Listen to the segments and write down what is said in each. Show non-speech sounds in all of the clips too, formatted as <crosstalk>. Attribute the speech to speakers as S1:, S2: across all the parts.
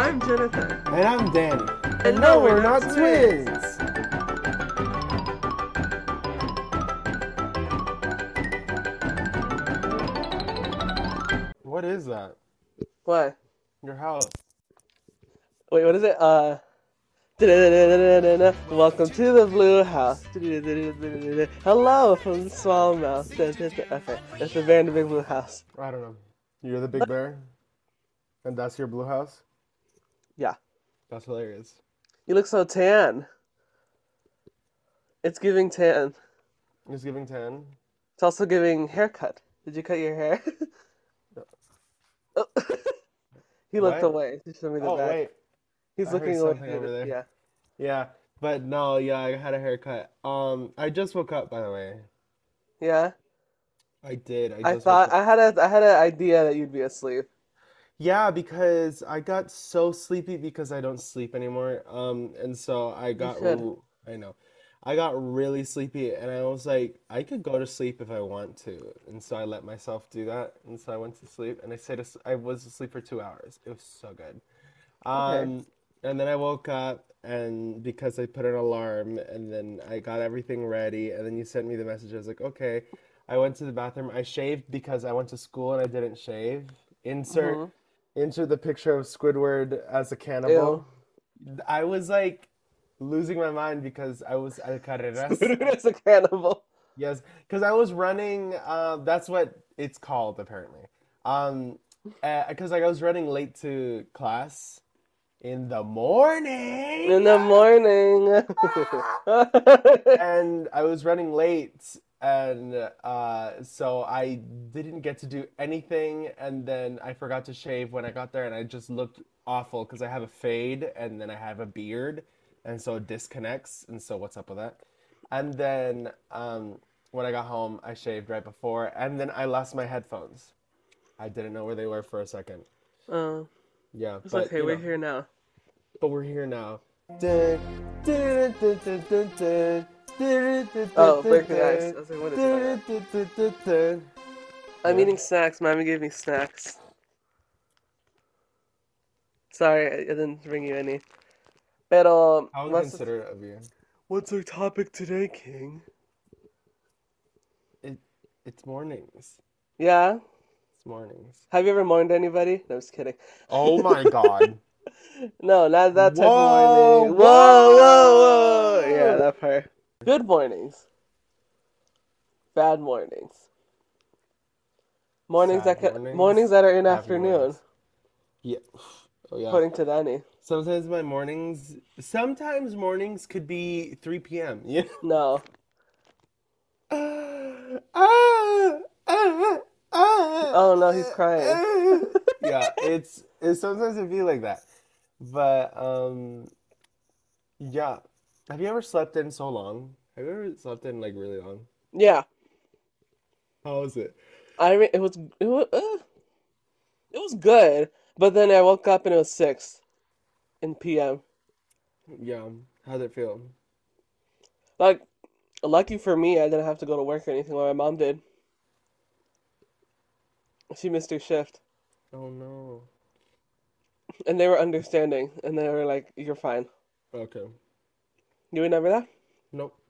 S1: I'm Jennifer.
S2: And I'm Danny. And,
S1: no, we're not twins.
S2: What is that?
S1: What?
S2: Your house.
S1: Wait, what is it? Uh. da-da-da-da-da-da-da. Welcome to the Blue House. Da-da-da-da-da-da-da. Hello from the Small Mouse. Da-da-da. Okay, that's the very big Blue House.
S2: I don't know. You're the big bear? And that's your blue house?
S1: Yeah.
S2: That's hilarious.
S1: You look so tan. It's giving tan.
S2: It's giving 10.
S1: It's also giving haircut. Did you cut your hair?
S2: No.
S1: Oh. <laughs> he looked
S2: What?
S1: away. Just show me the
S2: Oh,
S1: back.
S2: wait.
S1: He's
S2: I heard
S1: looking
S2: something
S1: away.
S2: over there.
S1: Yeah.
S2: Yeah. But no, yeah, I had a haircut. Um, I just woke up, by the way.
S1: Yeah.
S2: I did. I just
S1: I
S2: woke
S1: thought
S2: up.
S1: I had a I had an idea that you'd be asleep.
S2: Yeah, because I got so sleepy because I don't sleep anymore. Um, and so I got
S1: should.
S2: r- I know. I got really sleepy and I was like, I could go to sleep if I want to. And so I let myself do that. And so I went to sleep and I stayed as- I was asleep for two hours. It was so good. Um, and then I woke up and because I put an alarm and then I got everything ready and then you sent me the message. I was like, okay. I went to the bathroom. I shaved because I went to school and I didn't shave. Insert
S1: Mhm.
S2: into the picture of Squidward as a cannibal. I was like losing my mind because I was
S1: <laughs>
S2: al carreras.
S1: It's a cannibal.
S2: <laughs> Yes, because I was running. Uh, that's what it's called, apparently. Um, because like I was running late to class in the
S1: <laughs>
S2: morning.
S1: In the <laughs> morning.
S2: and I was running late, and uh, so I didn't get to do anything. And then I forgot to shave when I got there, and I just looked awful because I have a fade and then I have a beard, and so it disconnects. And so, what's up with that? And then um, when I got home, I shaved right before, and then I lost my headphones. I didn't know where they were for a second.
S1: Uh,
S2: Yeah,
S1: it's
S2: but,
S1: okay,
S2: you
S1: we're
S2: know
S1: here now.
S2: but we're here now. Oh,
S1: Oh, break the ice. I was like, what is that? I'm
S2: Yeah.
S1: eating snacks. Mommy gave me snacks. Sorry, I I didn't bring you any. Pero,
S2: How
S1: what's,
S2: inconsiderate of you.
S1: what's our topic today, King?
S2: It, it's mornings.
S1: Yeah?
S2: It's mornings.
S1: Have you ever mourned anybody? No, I'm just kidding.
S2: Oh
S1: <laughs>
S2: my god.
S1: No, not that type
S2: Whoa,
S1: of morning. Whoa, whoa, whoa! Oh, Yeah, that part. Good mornings. Bad mornings. Mornings that
S2: Sad
S1: ca-
S2: mornings,
S1: mornings, that are in
S2: happy
S1: afternoon,
S2: mornings. Yeah. Oh yeah.
S1: according to Danny.
S2: Sometimes my mornings, sometimes mornings could be 3 p.m. Yeah.
S1: No,
S2: Oh
S1: no, he's crying.
S2: <laughs> Yeah,
S1: <laughs>
S2: it's it's sometimes it be like that. But um yeah. Have you ever slept in so long? Have you ever slept in like really long?
S1: yeah,
S2: How was it?
S1: I re- it was it was, uh, it was good, but then I woke up and it was six in p.m.
S2: Yeah. How'd it feel?
S1: Like, lucky for me, I didn't have to go to work or anything, like my mom did. She missed her shift.
S2: Oh no.
S1: And they were understanding, and they were like, "You're fine."
S2: Okay.
S1: You remember that?
S2: Nope. <laughs>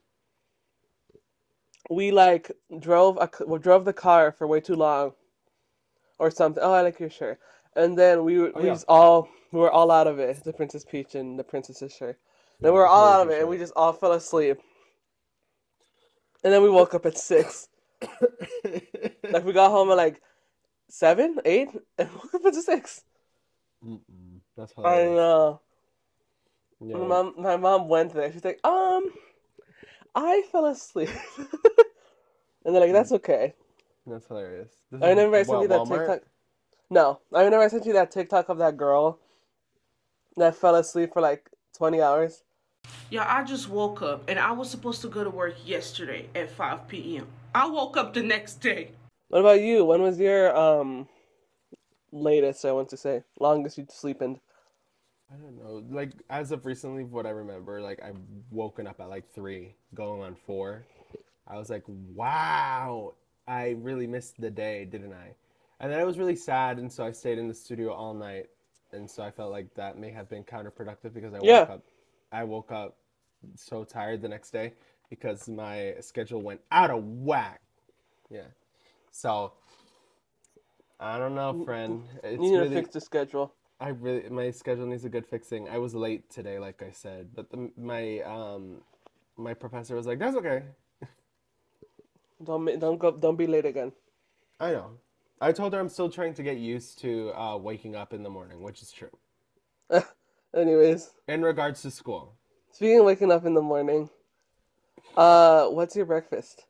S1: We like drove a c- well, drove the car for way too long, or something. Oh, I like your shirt. And then we were
S2: Oh,
S1: we
S2: yeah.
S1: just all we were all out of it. The Princess Peach and the Princess's shirt. Then we were
S2: Yeah,
S1: all
S2: I
S1: out of
S2: like
S1: it,
S2: your
S1: and we
S2: shirt.
S1: just all fell asleep. And then we woke up at
S2: <laughs>
S1: six. Like we got home at like seven, eight, and <laughs> woke up at six.
S2: Mm-mm. That's
S1: I
S2: hilarious.
S1: know.
S2: Oh, Yeah.
S1: My mom, my mom went there. She's like, um, I fell asleep. <laughs> And they're like, that's okay.
S2: That's hilarious. This
S1: I
S2: is
S1: remember I sent
S2: what,
S1: you that
S2: Walmart?
S1: TikTok. No, I remember I sent you that TikTok of that girl that fell asleep for like 20 hours.
S3: Yeah, I just woke up and I was supposed to go to work yesterday at 5 p.m. I woke up the next day.
S1: What about you? When was your um latest, I want to say, longest you'd sleep in?
S2: I don't know. Like as of recently, what I remember, like I've woken up at like three, going on four. I was like, wow, I really missed the day, didn't I? And then I was really sad, and so I stayed in the studio all night. and so I felt like that may have been counterproductive because I
S1: Yeah.
S2: woke up, I woke up so tired the next day because my schedule went out of whack. Yeah, so I don't know, friend. It's
S1: you need
S2: really,
S1: to fix the schedule.
S2: I really my schedule needs a good fixing. I was late today, like I said, but the, my um my professor was like, "That's okay."
S1: Don't ma- don't go. Don't be late again.
S2: I know. I told her I'm still trying to get used to uh, waking up in the morning, which is true.
S1: Anyways,
S2: In regards to school,
S1: speaking of waking up in the morning, uh, what's your breakfast?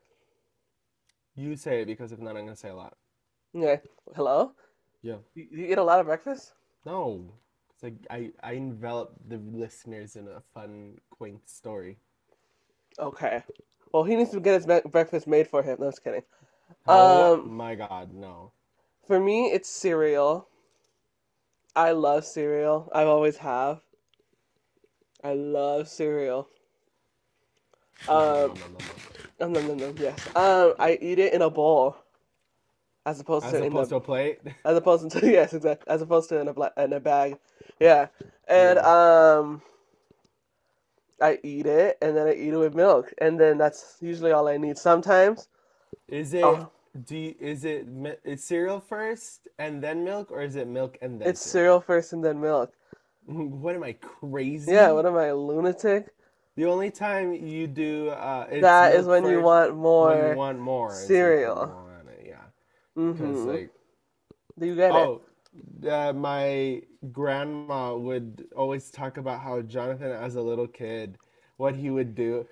S2: you say it because if not, I'm gonna say a lot.
S1: Okay. Hello.
S2: Yeah.
S1: You, you eat a lot of breakfast.
S2: No, it's like I I envelop the listeners in a fun, quaint story.
S1: Okay. Well, he needs to get his me- breakfast made for him. No, just kidding.
S2: Oh
S1: Um,
S2: my God, no.
S1: For me, it's cereal. I love cereal. I've always have. I love cereal.
S2: No, no,
S1: Um,
S2: no, no, no.
S1: nom, nom, nom, nom, yes. Um, I eat it in a bowl, as opposed
S2: As
S1: to in the
S2: opposed to a plate, <laughs>
S1: as opposed to <laughs> yes, exactly. As opposed to in a bla- in a bag, yeah. And um, I eat it, and then I eat it with milk, and then that's usually all I need. Sometimes
S2: is it?
S1: Uh-huh.
S2: Do you, is it mi- is cereal first and then milk, or is it milk and then
S1: it's cereal first and then milk.
S2: <laughs> What am I crazy?
S1: Yeah, what am I, a lunatic?
S2: The only time you do uh, it's
S1: That is
S2: milk
S1: when you
S2: first,
S1: want
S2: when you
S1: more.
S2: want more it's like,
S1: cereal.
S2: come on, yeah, because
S1: Mhm.
S2: like
S1: Do you get it?
S2: oh, uh, my grandma would always talk about how Jonathan, as a little kid, what he would do.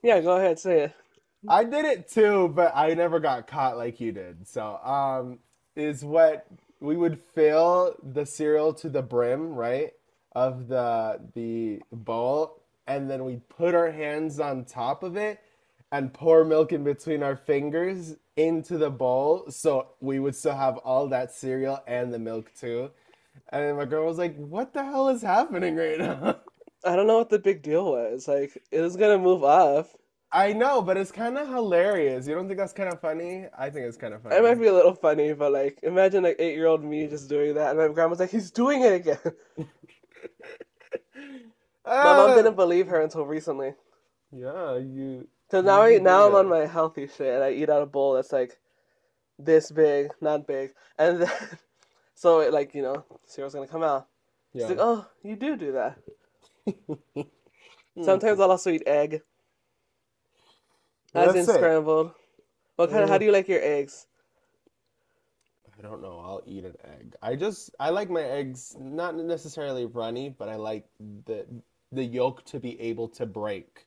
S1: Yeah, go ahead, say it.
S2: I did it too, but I never got caught like you did. So, um, is what we would fill the cereal to the brim, right, of the the bowl, and then we'd put our hands on top of it and pour milk in between our fingers into the bowl, so we would still have all that cereal and the milk too. And then my girl was like, "What the hell is happening right now?" <laughs>
S1: I don't know what the big deal was. Like, it was gonna move up.
S2: I know, but it's kind of hilarious. You don't think that's kind of funny? I think it's kind of funny.
S1: It might be a little funny, but like, imagine like eight year old me just doing that, and my grandma's like, "He's doing it again." <laughs> My mom
S2: Ah.
S1: didn't believe her until recently.
S2: Uh, Yeah, you.
S1: So now I
S2: You
S1: now I'm
S2: did
S1: on
S2: it.
S1: my healthy shit, and I eat out a bowl that's like this big, not big, and then <laughs> so it like you know cereal's gonna come out.
S2: Yeah.
S1: She's like, "Oh, you do do
S2: <laughs>
S1: that." Sometimes I'll also eat egg, as
S2: That's
S1: in
S2: it.
S1: scrambled. What kind of? How
S2: Mm.
S1: do you like your eggs?
S2: I don't know. I'll eat an egg. I just I like my eggs not necessarily runny, but I like the the yolk to be able to break.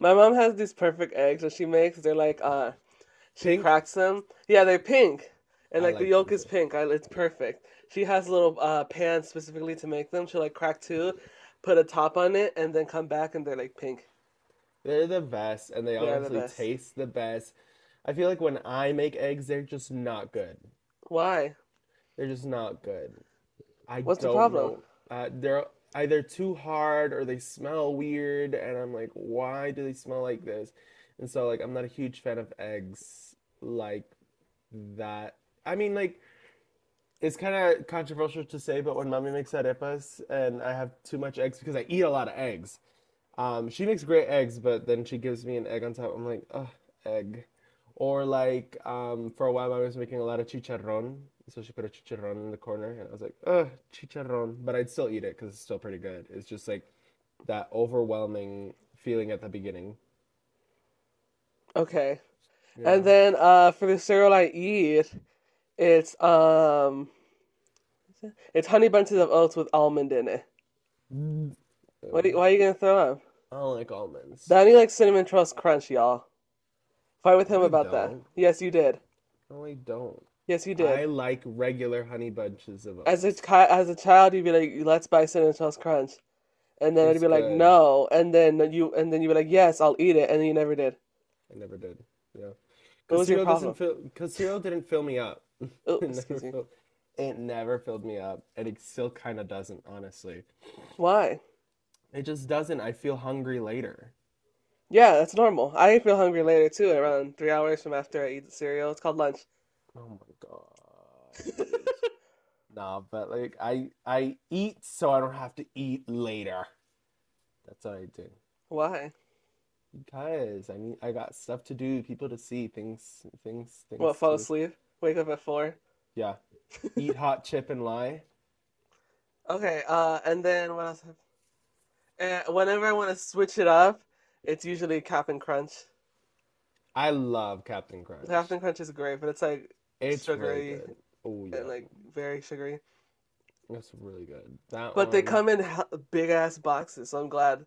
S1: My mom has these perfect eggs that she makes. They're like, uh, she
S2: Pink?
S1: cracks them. Yeah, they're pink, and
S2: I
S1: like the
S2: like
S1: yolk
S2: pink
S1: is pink. I, it's perfect. She has a little uh pan specifically to make them. She'll like crack two, put a top on it, and then come back and they're like pink.
S2: They're the best, and they
S1: They are the
S2: honestly
S1: best.
S2: taste the best. I feel like when I make eggs, they're just not good.
S1: Why?
S2: They're just not good. I
S1: What's the
S2: don't
S1: problem?
S2: know. Uh, they're either too hard or they smell weird, and I'm like, why do they smell like this? And so, like, I'm not a huge fan of eggs like that. I mean, like, it's kind of controversial to say, but when mommy makes arepas and I have too much eggs because I eat a lot of eggs, um, she makes great eggs, but then she gives me an egg on top. I'm like, ugh, egg. Or like, um, for a while, I was making a lot of chicharrón, so she put a chicharrón in the corner, and I was like, ugh, chicharrón. But I'd still eat it because it's still pretty good. It's just like that overwhelming feeling at the beginning.
S1: Okay.
S2: Yeah.
S1: And then uh, for the cereal I eat, it's um, it's honey bunches of oats with almond in it. What?
S2: Uh-huh.
S1: Are you, why are you gonna throw up?
S2: Mm, I don't like almonds.
S1: Danny likes cinnamon toast crunch, y'all. Fight with him
S2: I
S1: about that.
S2: don't.
S1: Yes, you did.
S2: No, I don't.
S1: Yes, you did.
S2: I like regular honey bunches of oats.
S1: As a chi- as a child, you'd be like, "Let's buy cinnamon toast crunch," and then it'd
S2: It's
S1: be like,
S2: good.
S1: "No," and then you and then you'd be like, "Yes, I'll eat it," and then you never did.
S2: I never did. Yeah.
S1: What
S2: Because
S1: was your
S2: cereal doesn't fill. Because cereal didn't fill me up. <laughs>
S1: Oh,
S2: It never
S1: excuse me.
S2: filled- it never filled me up, and it still kind of doesn't, honestly.
S1: Why?
S2: It just doesn't. I feel hungry later.
S1: Yeah, that's normal. I feel hungry later too, around three
S2: <laughs>
S1: hours from after I eat the cereal. It's called lunch.
S2: Oh my God. No, but like I I eat so I don't have to eat later. That's what I do.
S1: Why?
S2: Because I need I got stuff to do, people to see, things things things
S1: What, fall
S2: to-
S1: asleep? Wake up at four?
S2: Yeah. Eat hot chip and lie.
S1: Okay, uh, and then what else? Uh, whenever I want to switch it up, it's usually Captain Crunch.
S2: I love Captain Crunch.
S1: Captain Crunch is great, but it's like
S2: It's
S1: sugary
S2: really good. Oh yeah.
S1: and like very sugary.
S2: That's really good. That
S1: But they
S2: one-
S1: come in big ass boxes, so I'm glad.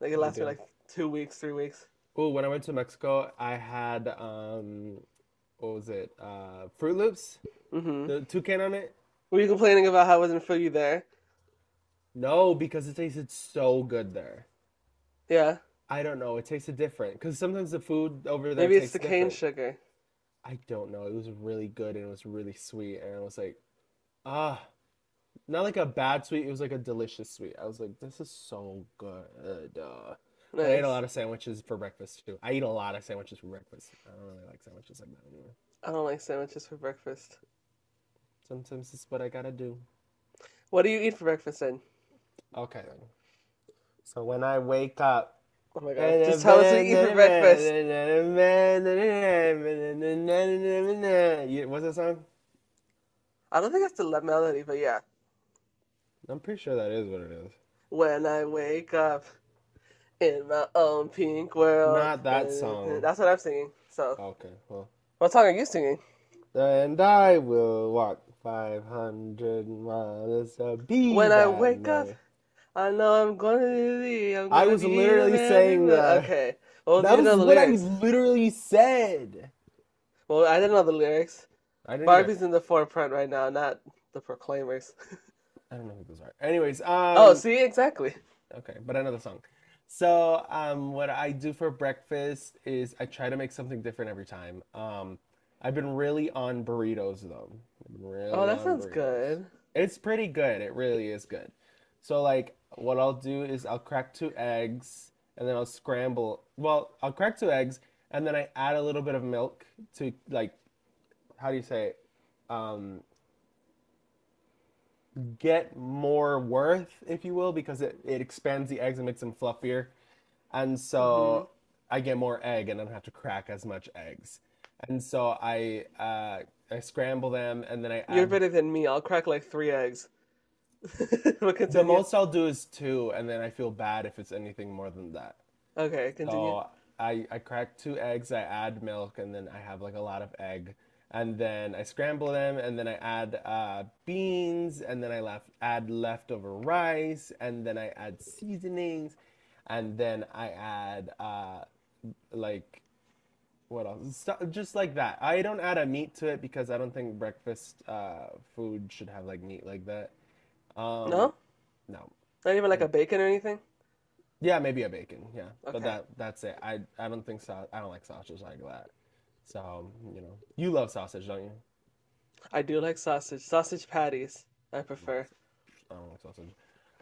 S1: Like it
S2: They
S1: lasts me
S2: do.
S1: like two weeks, three weeks.
S2: Oh, when I went to Mexico, I had um what was it? Uh Fruit Loops?
S1: hmm
S2: The toucan on it?
S1: Were you complaining about how it wasn't for you there?
S2: No, because it tasted so good there.
S1: Yeah,
S2: I don't know. It tasted different because sometimes the food over there
S1: maybe it's
S2: tastes
S1: the cane
S2: different.
S1: sugar.
S2: I don't know. It was really good and it was really sweet, and I was like, ah, not like a bad sweet. It was like a delicious sweet. I was like, this is so good. Uh, I ate
S1: Nice.
S2: a lot of sandwiches for breakfast too. I eat a lot of sandwiches for breakfast. I don't really like sandwiches like that anymore.
S1: I don't like sandwiches for breakfast.
S2: Sometimes it's what I gotta do.
S1: What do you eat for breakfast then?
S2: Okay then. So when I wake up.
S1: Oh my god! Just tell us what you eat for breakfast.
S2: You- What's that song?
S1: I don't think that's the le- melody, but yeah.
S2: I'm pretty sure that is what it is.
S1: When I wake up in my own pink world.
S2: Not that song. Oh.
S1: That's what I'm singing. So,
S2: Okay, well.
S1: what song are you singing?
S2: And I will walk 500 miles to be
S1: When I
S2: that
S1: wake up,
S2: man.
S1: I know I'm gonna be. I'm
S2: I
S1: gonna
S2: was
S1: be
S2: literally
S1: the man
S2: saying
S1: in the-
S2: that.
S1: Okay. Well,
S2: That
S1: you know
S2: was
S1: the
S2: what I
S1: lyrics.
S2: literally said.
S1: Well, I didn't know the lyrics.
S2: I didn't either.
S1: Barbie's in the forefront right now, not the Proclaimers.
S2: I don't know who those are. Anyways, um,
S1: oh, see, exactly.
S2: Okay, but I know the song. So, um, what I do for breakfast is I try to make something different every time. Um, I've been really on burritos though. I've been really
S1: Oh, that
S2: on
S1: sounds
S2: burritos.
S1: good.
S2: It's pretty good. It really is good. So, like, what I'll do is I'll crack two eggs and then I'll scramble. Well, I'll crack two eggs and then I add a little bit of milk to, like, how do you say it? Um, get more worth, if you will, because it, it expands the eggs and makes them fluffier. And so I get more egg and I don't have to crack as much eggs. And so I uh, I scramble them and then I add
S1: You're better than me. I'll crack like three eggs. <laughs> We'll
S2: The
S1: continue.
S2: most I'll do is two, and then I feel bad if it's anything more than that.
S1: Okay, continue.
S2: So I, I crack two eggs, I add milk, and then I have like a lot of egg. And then I scramble them, and then I add uh, beans, and then I left, add leftover rice, and then I add seasonings, and then I add uh, like what else? Stu- just like that. I don't add a meat to it because I don't think breakfast uh, food should have like meat like that. Um,
S1: No?
S2: No.
S1: Not even like a bacon or anything?
S2: Yeah, maybe a bacon. Yeah,
S1: Okay.
S2: but that that's it. I I don't think so. I don't like sausage like that. So you know, you love sausage, don't you?
S1: I do like sausage. Sausage patties, I prefer.
S2: I don't like sausage.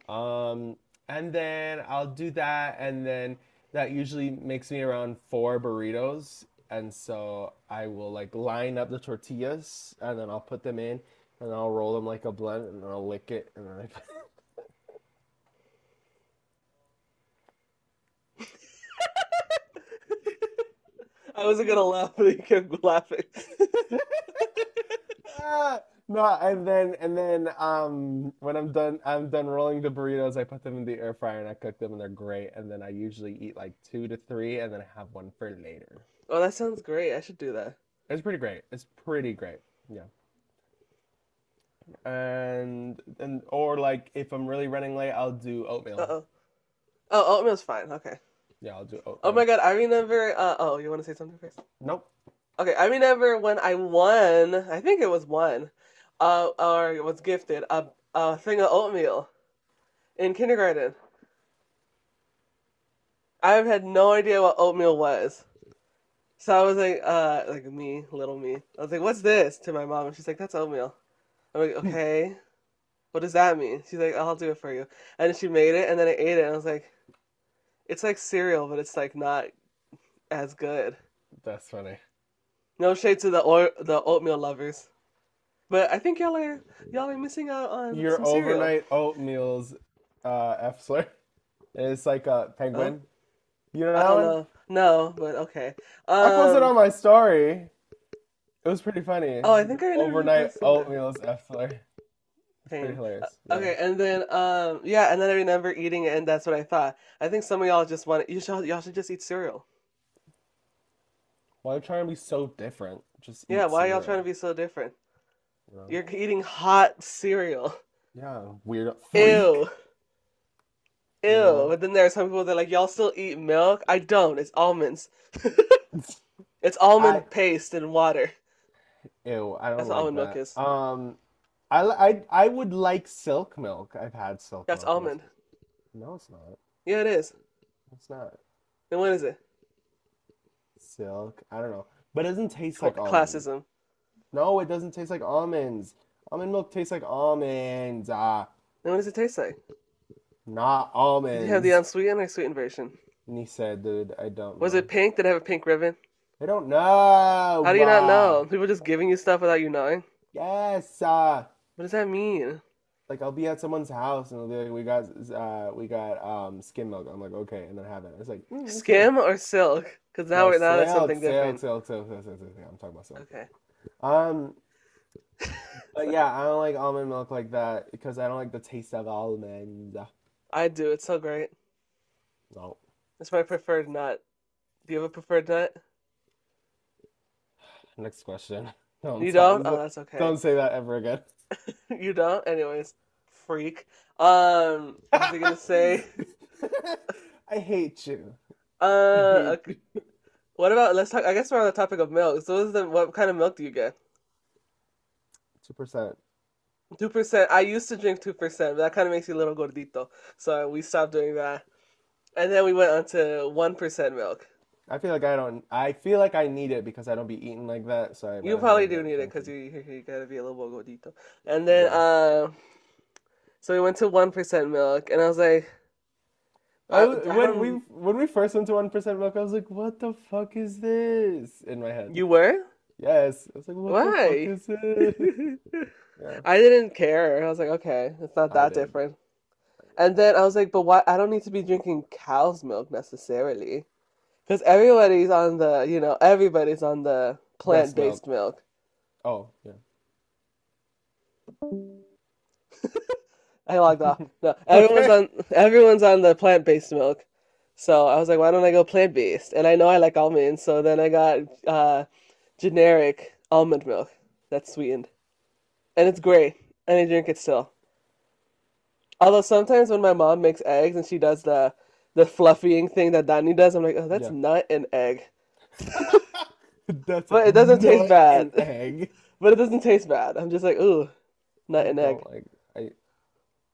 S2: Um, and then I'll do that, and then that usually makes me around four burritos. And so I will like line up the tortillas, and then I'll put them in, and I'll roll them like a blunt, and I'll lick it, and then I.
S1: I wasn't gonna laugh, but you kept laughing.
S2: <laughs> Ah, <laughs> No, and then and then um when I'm done I'm done rolling the burritos, I put them in the air fryer and I cook them and they're great. And then I usually eat like two to three and then I have one for later.
S1: oh, that sounds great. I should do that.
S2: It's pretty great. It's pretty great. Yeah. And and or like if I'm really running late, I'll do oatmeal.
S1: Uh oh. Oh, oatmeal's fine. Okay.
S2: Yeah, I'll do oatmeal.
S1: Oh my god, I remember. Uh oh, you want to say something first?
S2: Nope.
S1: Okay, I remember when I won. I think it was one, uh, or was gifted a a thing of oatmeal in kindergarten. I had no idea what oatmeal was, so I was like, uh, like me, little me. I was like, "What's this?" to my mom, and she's like, "That's oatmeal." I'm like, "Okay, what does that mean?" She's like, "I'll do it for you," and she made it, and then I ate it, and I was like, "It's like cereal, but it's like not as good."
S2: That's funny.
S1: No shade to the or- the oatmeal lovers. But I think y'all are y'all are missing out on
S2: Your
S1: some cereal.
S2: overnight oatmeal's uh, Effler. <laughs> It's like a penguin. You know
S1: I
S2: that
S1: don't
S2: one?
S1: know. No, but okay.
S2: I posted
S1: Um,
S2: on my story. It was pretty funny.
S1: Oh, I think I remember you
S2: overnight
S1: posted that.
S2: oatmeal's Effler. Pretty
S1: thing.
S2: hilarious. yeah.
S1: Okay, and then um yeah, and then I remember eating it, and that's what I thought. I think some of y'all just want you should y'all should just eat cereal.
S2: Why are you trying to be so different? Just
S1: Yeah, why are y'all trying to be so different?
S2: to
S1: You're eating hot cereal.
S2: Yeah, weird.
S1: Ew. Ew.
S2: Yeah.
S1: But then there are some people that are like, y'all still eat milk? I don't. It's almonds. <laughs> It's almond
S2: I-
S1: paste and water.
S2: Ew, I don't
S1: That's
S2: like
S1: almond milk
S2: that.
S1: is.
S2: Um, I, li- I I would like silk milk. I've had silk
S1: That's
S2: milk.
S1: almond.
S2: No, it's not.
S1: Yeah, it is.
S2: It's not
S1: And what is it?
S2: silk. I don't know, but it doesn't taste
S1: Cla-
S2: like almond.
S1: Classism.
S2: No, it doesn't taste like almonds. Almond milk tastes like almonds. Ah,
S1: And what does it taste like? <laughs>
S2: not
S1: Did
S2: almonds.
S1: you have the um, unsweetened or sweetened version?
S2: And he said, dude, I don't
S1: Was
S2: know.
S1: it pink? Did it have a pink ribbon?
S2: I don't know.
S1: How do you not
S2: Ah,
S1: know? People just giving you stuff without you knowing?
S2: Yes. Uh,
S1: What does that mean?
S2: like I'll be at someone's house and they'll be like, "We got, uh, we got um skim milk." I'm like, "Okay," and then I have it. It's like mm, that's good.
S1: Skim or silk? Because now
S2: No,
S1: we're now that's
S2: silk,
S1: something
S2: silk,
S1: different.
S2: silk, silk, silk, silk, silk, silk. I'm talking about silk.
S1: Okay.
S2: Um, but yeah, I don't like almond milk like that because I don't like the taste of almond.
S1: I do. It's so great.
S2: No,
S1: It's my preferred nut. Do you have a preferred nut?
S2: next question. <laughs> Don't
S1: You
S2: tell-
S1: don't? Oh, that's okay.
S2: don't say that ever again.
S1: <laughs>
S2: <laughs>
S1: You don't? Anyways, freak. Um, what was I gonna
S2: <laughs>
S1: say?
S2: I hate you.
S1: Uh, okay. What about, let's talk, I guess we're on the topic of milk. So what is the, what kind of milk do you get?
S2: Two percent.
S1: 2%. I used to drink 2%, but that kind of makes you a little gordito. So we stopped doing that. And then we went on to 1% milk.
S2: I feel like I don't. I feel like I need it because I don't be eating like that. So I
S1: You
S2: rather
S1: probably
S2: have
S1: do
S2: it.
S1: need it because
S2: Thank
S1: you, you you gotta be a little more gordito. And then, uh, so we went to 1% milk, and I was like,
S2: I
S1: I-
S2: was-
S1: I
S2: when
S1: don't-
S2: we when we first went to one percent milk, I was like, "What the fuck is this?" In my head,
S1: you were?
S2: yes, I was like, "What
S1: Why?
S2: the fuck is this?"
S1: <laughs>
S2: Yeah.
S1: I didn't care. I was like, okay, it's not
S2: I
S1: that
S2: did.
S1: different. And then I was like, but why? I don't need to be drinking cow's milk necessarily, because everybody's on the, you know, everybody's on the
S2: Breast milk.
S1: plant-based milk.
S2: Oh, yeah. <laughs>
S1: I logged off. No, everyone's on everyone's on the plant-based milk. So I was like, why don't I go plant-based? And I know I like almonds, so then I got uh, generic almond milk that's sweetened, and it's great, and I drink it still. Although sometimes when my mom makes eggs and she does the the fluffying thing that Danny does, I'm like, oh, that's
S2: Yeah.
S1: nut and egg,
S2: That's
S1: But it doesn't taste
S2: not an
S1: bad. <laughs>
S2: Egg.
S1: but it doesn't taste bad. I'm just like, ooh, nut and
S2: I
S1: egg,
S2: don't like I.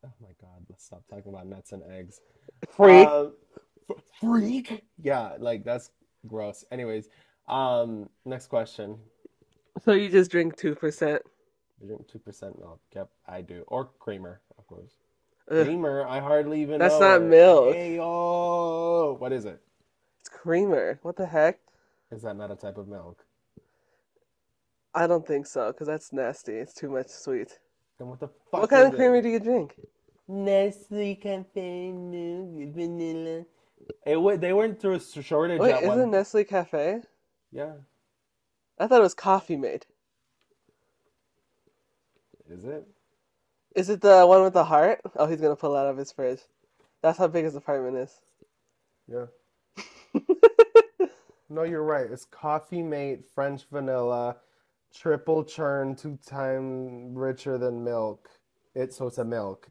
S2: Oh my god! Let's stop talking about nuts and eggs.
S1: freak.
S2: Um, f- freak. Yeah, like that's gross. Anyways, um, next question.
S1: So you just drink two percent.
S2: I drink two percent milk. Yep, I do. Or creamer, of course. Creamer. I hardly even
S1: That's
S2: know
S1: not
S2: it.
S1: milk.
S2: Hey, yo, what is it?
S1: It's creamer. What the heck?
S2: Is that not a type of milk?
S1: I don't think so, because that's nasty. It's too much sweet.
S2: Then what the fuck
S1: What kind
S2: is
S1: of
S2: it?
S1: creamer do you drink?
S2: Nestle Cafe Milk Vanilla. It wa- they went through a s- shortage
S1: Wait,
S2: at
S1: isn't
S2: one.
S1: Nestle Cafe?
S2: Yeah,
S1: I thought it was Coffee Mate.
S2: is it?
S1: Is it the one with the heart? Oh, he's gonna pull out of his fridge. That's how big his apartment is.
S2: Yeah. No, you're right. It's Coffee Mate, French Vanilla, triple churn, two time richer than milk. It's so it's a milk.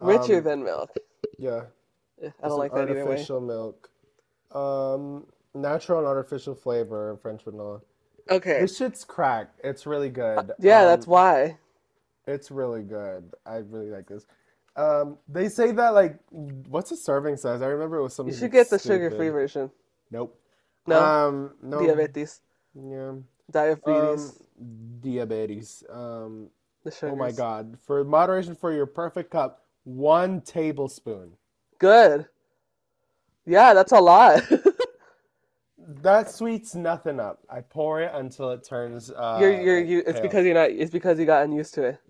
S1: Richer
S2: Um,
S1: than milk.
S2: yeah.
S1: Ugh, I
S2: It's
S1: don't
S2: an
S1: like that either way.
S2: artificial milk. Um, natural and artificial flavor of French vanilla.
S1: Okay.
S2: This shit's crack. It's really good.
S1: Uh, Yeah, that's
S2: Um,
S1: why.
S2: It's really good. I really like this. Um, they say that like, what's a serving size? I remember it was
S1: You
S2: something
S1: should get the sugar-free
S2: stupid.
S1: version.
S2: Nope.
S1: No?
S2: Um, no.
S1: Diabetes.
S2: Yeah.
S1: Diabetes.
S2: Um, diabetes. Um,
S1: the
S2: oh my
S1: sugars.
S2: God. For moderation for your perfect cup, one tablespoon.
S1: <laughs> Good. Yeah, that's a lot.
S2: that sweets nothing up. I pour it until it turns. Uh,
S1: You're you're you. It's
S2: pale.
S1: because you're not. It's because you gotten used to it.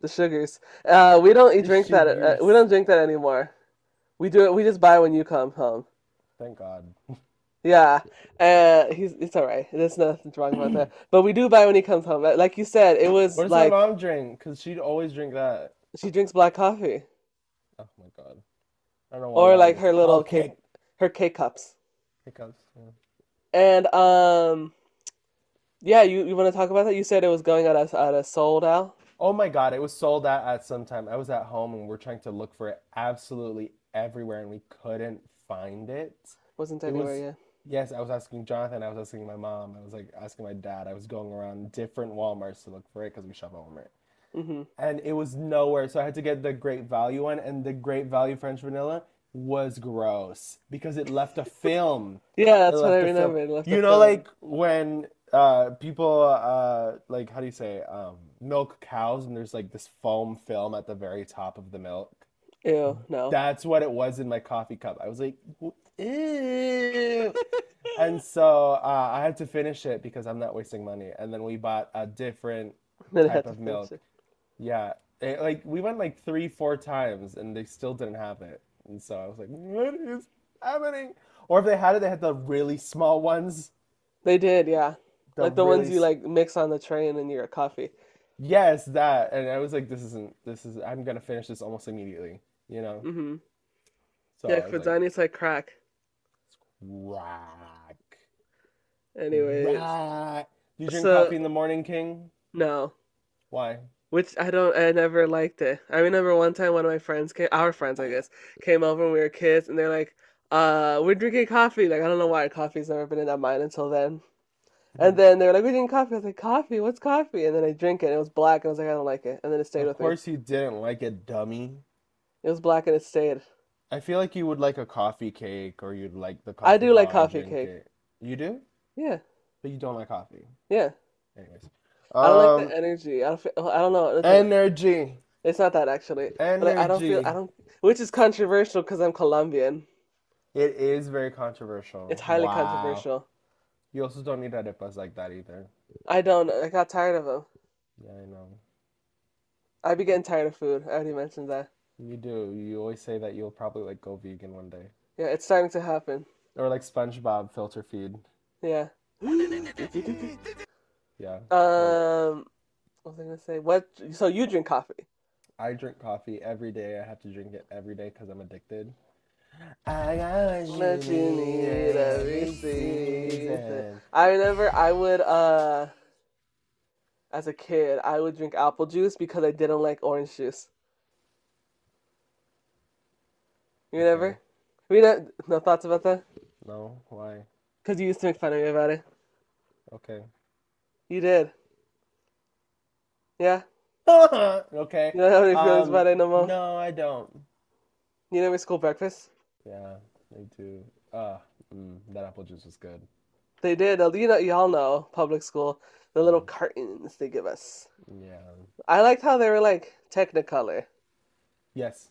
S1: The sugars. Uh, we don't eat
S2: The
S1: drink that. Uh, we
S2: sugars.
S1: don't drink that anymore. We do it. We just buy when you come home.
S2: Thank God.
S1: Yeah. Uh, he's it's all right. There's nothing wrong about
S2: <clears throat>
S1: that. But we do buy when he comes home. Like- Like you said, it was
S2: What does
S1: like
S2: my mom drink? Because she'd always drink that.
S1: she drinks black coffee
S2: Oh my God. I don't know why
S1: or
S2: that
S1: like
S2: is.
S1: her little
S2: Oh,
S1: cake, her K cups.
S2: Hiccups. yeah.
S1: And um, yeah. You you want to talk about that? You said it was going out of out of sold out.
S2: Oh my God, it was sold out at some time. I was at home and we're trying to look for it absolutely everywhere and we couldn't find it.
S1: Wasn't
S2: It was-
S1: anywhere yet.
S2: Yes, I was asking Jonathan, I was asking my mom, I was like asking my dad. I was going around different Walmarts to look for it because we shop at Walmart.
S1: hmm
S2: And it was nowhere, so I had to get the Great Value one, and the Great Value French vanilla was gross because
S1: <laughs>
S2: it left a film.
S1: Yeah,
S2: It
S1: that's what I
S2: left a film.
S1: remember. It left a
S2: You know,
S1: film.
S2: like when uh people uh like how do you say um milk cows and there's like this foam film at the very top of the milk.
S1: Ew, no. <laughs>
S2: That's what it was in my coffee cup. I was like, "W-
S1: <laughs>
S2: ew. And so uh, I had to finish it because I'm not wasting money. And then we bought a different,
S1: Then I
S2: type
S1: had to
S2: of
S1: finish
S2: milk.
S1: it.
S2: yeah, it, like we went like three, four times and they still didn't have it. And so I was like, what is happening? Or if they had it, they had the really small ones.
S1: They did, yeah.
S2: The
S1: Like the ones
S2: really
S1: you
S2: s-
S1: like mix on the tray and then your coffee.
S2: Yes, that. And I was like, this isn't, this is, I'm gonna finish this almost immediately, you know?
S1: Mm-hmm.
S2: So
S1: Yeah,
S2: I was like,
S1: Krudzani's like crack.
S2: rock,
S1: Anyways,
S2: rock. Do you drink
S1: So-
S2: coffee in the morning, King?
S1: no.
S2: Why?
S1: Which I don't, I never liked it. I remember one time one of my friends came, our friends, I guess, came over when we were kids and they're like, uh, we're drinking coffee. Like, I don't know why coffee's never been in that mind until then.
S2: Mm-hmm.
S1: And then they were like, we're drinking coffee. I was like, coffee? What's coffee? And then I drink it and it was black and I was like, I don't like it. And then it stayed
S2: Of
S1: with me.
S2: course you didn't like it, dummy.
S1: It was black and it stayed.
S2: I feel like you would like a coffee cake or you'd like the
S1: I
S2: coffee
S1: do like
S2: bar
S1: coffee
S2: drink
S1: cake.
S2: it. You do?
S1: Yeah,
S2: But you don't like coffee.
S1: yeah.
S2: Anyways.
S1: I don't like
S2: Um,
S1: the uh, energy. I don't feel, I don't know. It's like-
S2: energy.
S1: It's not that actually. But, Like, I don't feel I
S2: Energy.
S1: don't, which is controversial because I'm Colombian.
S2: It is very controversial.
S1: It's highly
S2: Wow.
S1: controversial.
S2: You also don't need arepas like that either.
S1: I don't. I got tired of them.
S2: Yeah, I know.
S1: I be getting tired of food. I already mentioned that.
S2: You do. You always say that you'll probably like go vegan one day.
S1: Yeah, it's starting to happen.
S2: Or like SpongeBob filter feed.
S1: Yeah.
S2: Yeah.
S1: Um, what was I gonna say? What? So you drink coffee?
S2: I drink coffee every day. I have to drink it every day because I'm addicted. I got you
S1: What you need every
S2: season.
S1: I remember I would uh, as a kid, I would drink apple juice because I didn't like orange juice. You never?
S2: Okay.
S1: We no, no thoughts about that?
S2: No, why?
S1: Because you used to make fun of me about it.
S2: Okay.
S1: <laughs> You did. Yeah?
S2: Okay.
S1: You don't have any feelings
S2: Um,
S1: about it no more?
S2: No, I don't.
S1: You never school breakfast?
S2: Yeah, I do. Uh, mm, that apple juice was good.
S1: They did. Uh, You know, y'all know public school, the little cartons they give us.
S2: Yeah.
S1: I liked how they were like Technicolor,
S2: Yes.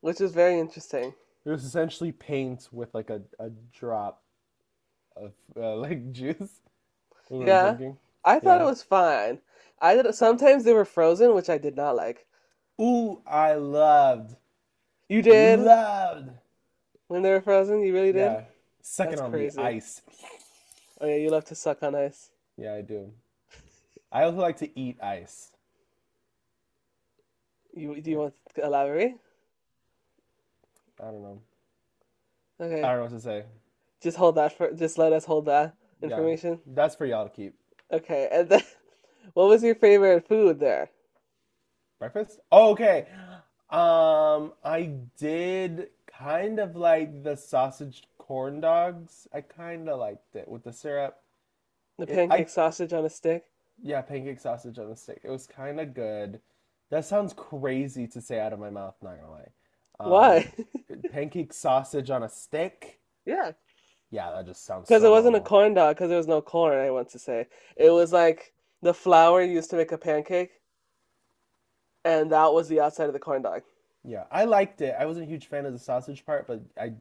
S1: which is very interesting.
S2: It was essentially paint with like a, a drop of uh, <laughs> like juice. We were
S1: Yeah.
S2: drinking.
S1: I thought it
S2: Yeah.
S1: was fine. I did, sometimes they were frozen, which I did not like.
S2: Ooh, I loved.
S1: You did
S2: Loved.
S1: when they were frozen? You really did?
S2: Yeah. Suck
S1: That's
S2: it on
S1: crazy.
S2: the ice.
S1: Oh yeah, you love to suck on ice.
S2: Yeah, I do. I also like to eat ice.
S1: You do you want to elaborate?
S2: I don't know.
S1: Okay.
S2: I don't know what to say.
S1: Just hold that for just let us hold that
S2: Yeah.
S1: information.
S2: That's for y'all to keep.
S1: Okay, and then <laughs> what was your favorite food there?
S2: Breakfast? Oh, okay. Um, I did kind of like the sausage corn dogs. I kind of liked it with the syrup.
S1: The
S2: I-
S1: pancake sausage on a stick?
S2: Yeah, pancake sausage on a stick. It was kind of good. That sounds crazy to say out of my mouth, not gonna lie. Um,
S1: Why? <laughs>
S2: <laughs> pancake sausage on a stick?
S1: Yeah,
S2: Yeah, that just sounds
S1: because
S2: so
S1: it wasn't a
S2: normal.
S1: corn dog, because there was no corn, I want to say. It was like the flour used to make a pancake, and that was the outside of the corn dog.
S2: Yeah, I liked it. I wasn't a huge fan of the sausage part, but I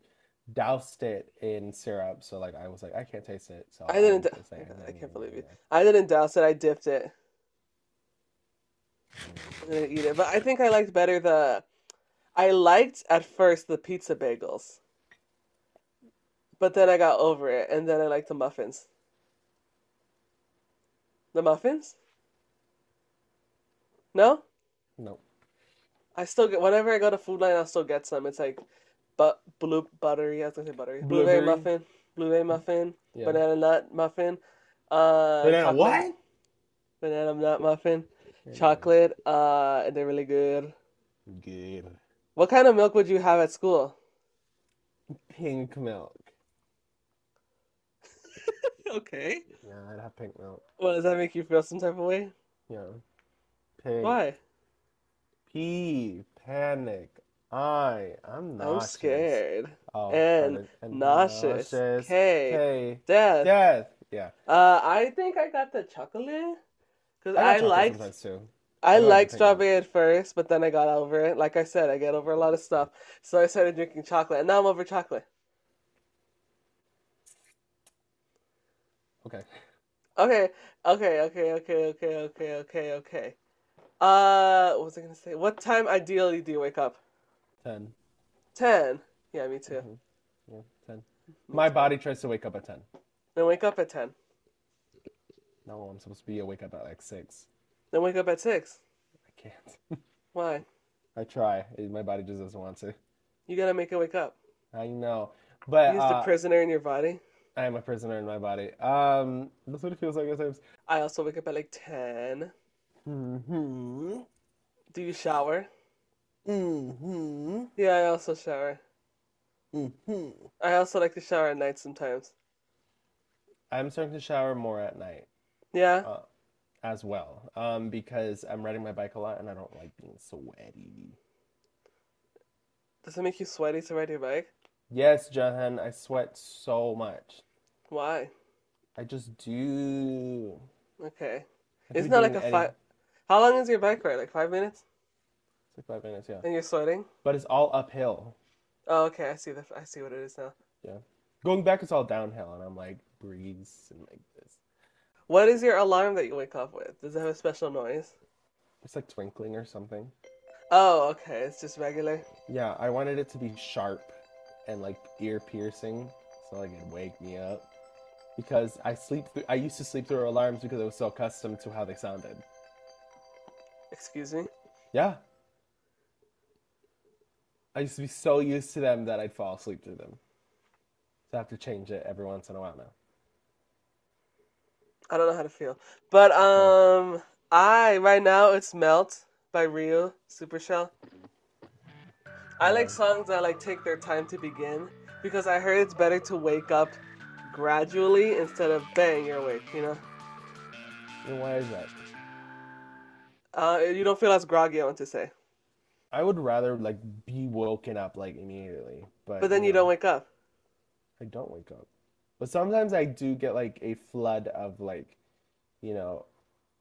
S2: doused it in syrup. So like I was like, I can't taste it. So
S1: I didn't
S2: I'm
S1: d-
S2: just like,
S1: <laughs> I
S2: didn't
S1: can't
S2: even
S1: believe
S2: do
S1: you.
S2: that.
S1: I didn't douse it. I dipped it. I didn't eat it, but I think I liked better the. I liked at first the pizza bagels, but then I got over it, and then I liked the muffins. The muffins? No,
S2: Nope.
S1: I still get whenever I go to Food Line, I'll still get some. It's like, but blue buttery. I was gonna say buttery. Blueberry
S2: Blueberry.
S1: muffin, blueberry muffin,
S2: Yeah.
S1: banana nut muffin. Uh,
S2: Banana
S1: chocolate-
S2: what?
S1: Banana nut muffin,
S2: Yeah.
S1: chocolate. Uh, and they're really good.
S2: Good.
S1: What kind of milk would you have at school?
S2: Pink milk.
S1: Okay.
S2: Yeah, I'd have pink milk.
S1: Well, does that make you feel some type of way?
S2: Yeah. Pink.
S1: Why?
S2: P. Panic. I. I'm
S1: I'm
S2: nauseous.
S1: scared.
S2: Oh,
S1: And
S2: pardon. And
S1: nauseous.
S2: nauseous.
S1: K.
S2: K.
S1: Death.
S2: Death. Yeah.
S1: Uh, I think I got the chocolate because
S2: got
S1: I,
S2: chocolate
S1: liked
S2: sometimes too.
S1: I
S2: I like
S1: liked
S2: the pink one.
S1: strawberry at first, but then I got over it. Like I said, I get over a lot of stuff, so I started drinking chocolate, and now I'm over chocolate.
S2: Okay.
S1: Okay, okay, okay, okay, okay, okay, okay, okay. Uh, what was I gonna say? What time ideally do you wake up?
S2: Ten.
S1: Ten. Yeah, me too.
S2: Mhm. Yeah, ten. My body tries to wake up at ten.
S1: Then wake up at ten.
S2: No, I'm supposed to be awake up at like six.
S1: Then wake up at six.
S2: I can't. <laughs>
S1: Why?
S2: I try. It- My body just doesn't want to.
S1: You gotta make it wake up.
S2: I know. But
S1: He's the
S2: uh,
S1: prisoner in your body.
S2: I am a prisoner in my body. Um, that's what it feels like at times.
S1: I also wake up at like 10.
S2: Mm-hmm.
S1: Do you shower?
S2: Mm-hmm.
S1: Yeah, I also shower.
S2: Mm-hmm.
S1: I also like to shower at night sometimes.
S2: I'm starting to shower more at night
S1: Yeah?
S2: uh, as well, um, because I'm riding my bike a lot and I don't like being sweaty.
S1: Does it make you sweaty to ride your bike?
S2: Yes, Johan, I sweat so much.
S1: Why?
S2: I just do.
S1: Okay.
S2: I
S1: It's
S2: do
S1: not
S2: do
S1: like a
S2: an eddy.
S1: five. How long is your bike ride? Like five minutes?
S2: It's like five minutes, yeah.
S1: And you're sweating?
S2: But it's all uphill.
S1: Oh, okay. I see the. I see what it is now.
S2: Going back, it's all downhill, and I'm like breeze and like this.
S1: What is your alarm that you wake up with? Does it have a special noise?
S2: It's like twinkling or something.
S1: Oh, okay. It's just regular.
S2: Yeah, I wanted it to be sharp and like ear piercing, so like it'd wake me up. Because I sleep, th- I used to sleep through alarms because I was so accustomed to how they sounded.
S1: Excuse me?
S2: Yeah. I used to be so used to them that I'd fall asleep through them. So I have to change it every once in a while now.
S1: I don't know how to feel. But um I right now it's Melt by Rio Supershell. I like songs that like take their time to begin because I heard it's better to wake up gradually instead of bang you're awake, you know.
S2: And why is that?
S1: Uh you don't feel as groggy I want to say.
S2: I would rather like be woken up like immediately, but
S1: But then you
S2: know,
S1: don't wake up.
S2: I don't wake up. But sometimes I do get like a flood of like, you know,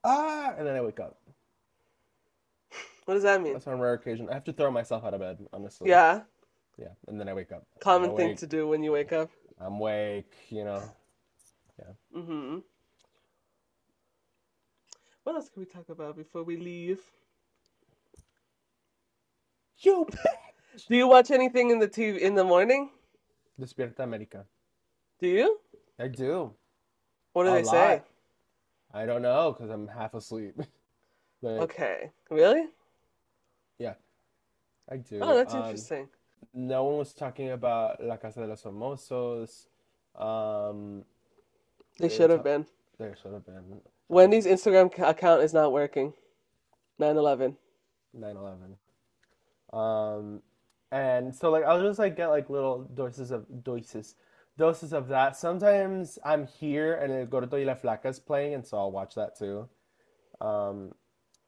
S2: ah, and then I wake up.
S1: What does that mean?
S2: That's on rare occasion. I have to throw myself out of bed, honestly.
S1: Yeah.
S2: Yeah, and then I wake up. I'm
S1: Common thing
S2: awake.
S1: to do when you wake up.
S2: I'm awake, you know.
S1: Mhm. What else can we talk about before we leave?
S2: You
S1: Do you watch anything in the TV in the morning?
S2: Despierta America.
S1: Do you?
S2: I do.
S1: What do
S2: A
S1: they say?
S2: lot. I don't know because I'm half asleep. <laughs> Like,
S1: Okay. Really?
S2: I do.
S1: Oh, that's
S2: Um,
S1: interesting.
S2: no one was talking about La Casa de los Famosos. Um,
S1: They
S2: they
S1: should have
S2: talk-
S1: been.
S2: there should have been
S1: Wendy's Instagram ca- account is not working. 9/11.
S2: 9/11. Um, and so like I'll just like get like little doses of doses, doses of that. Sometimes I'm here and El Gordo y la Flaca's playing, and so I'll watch that too. Um,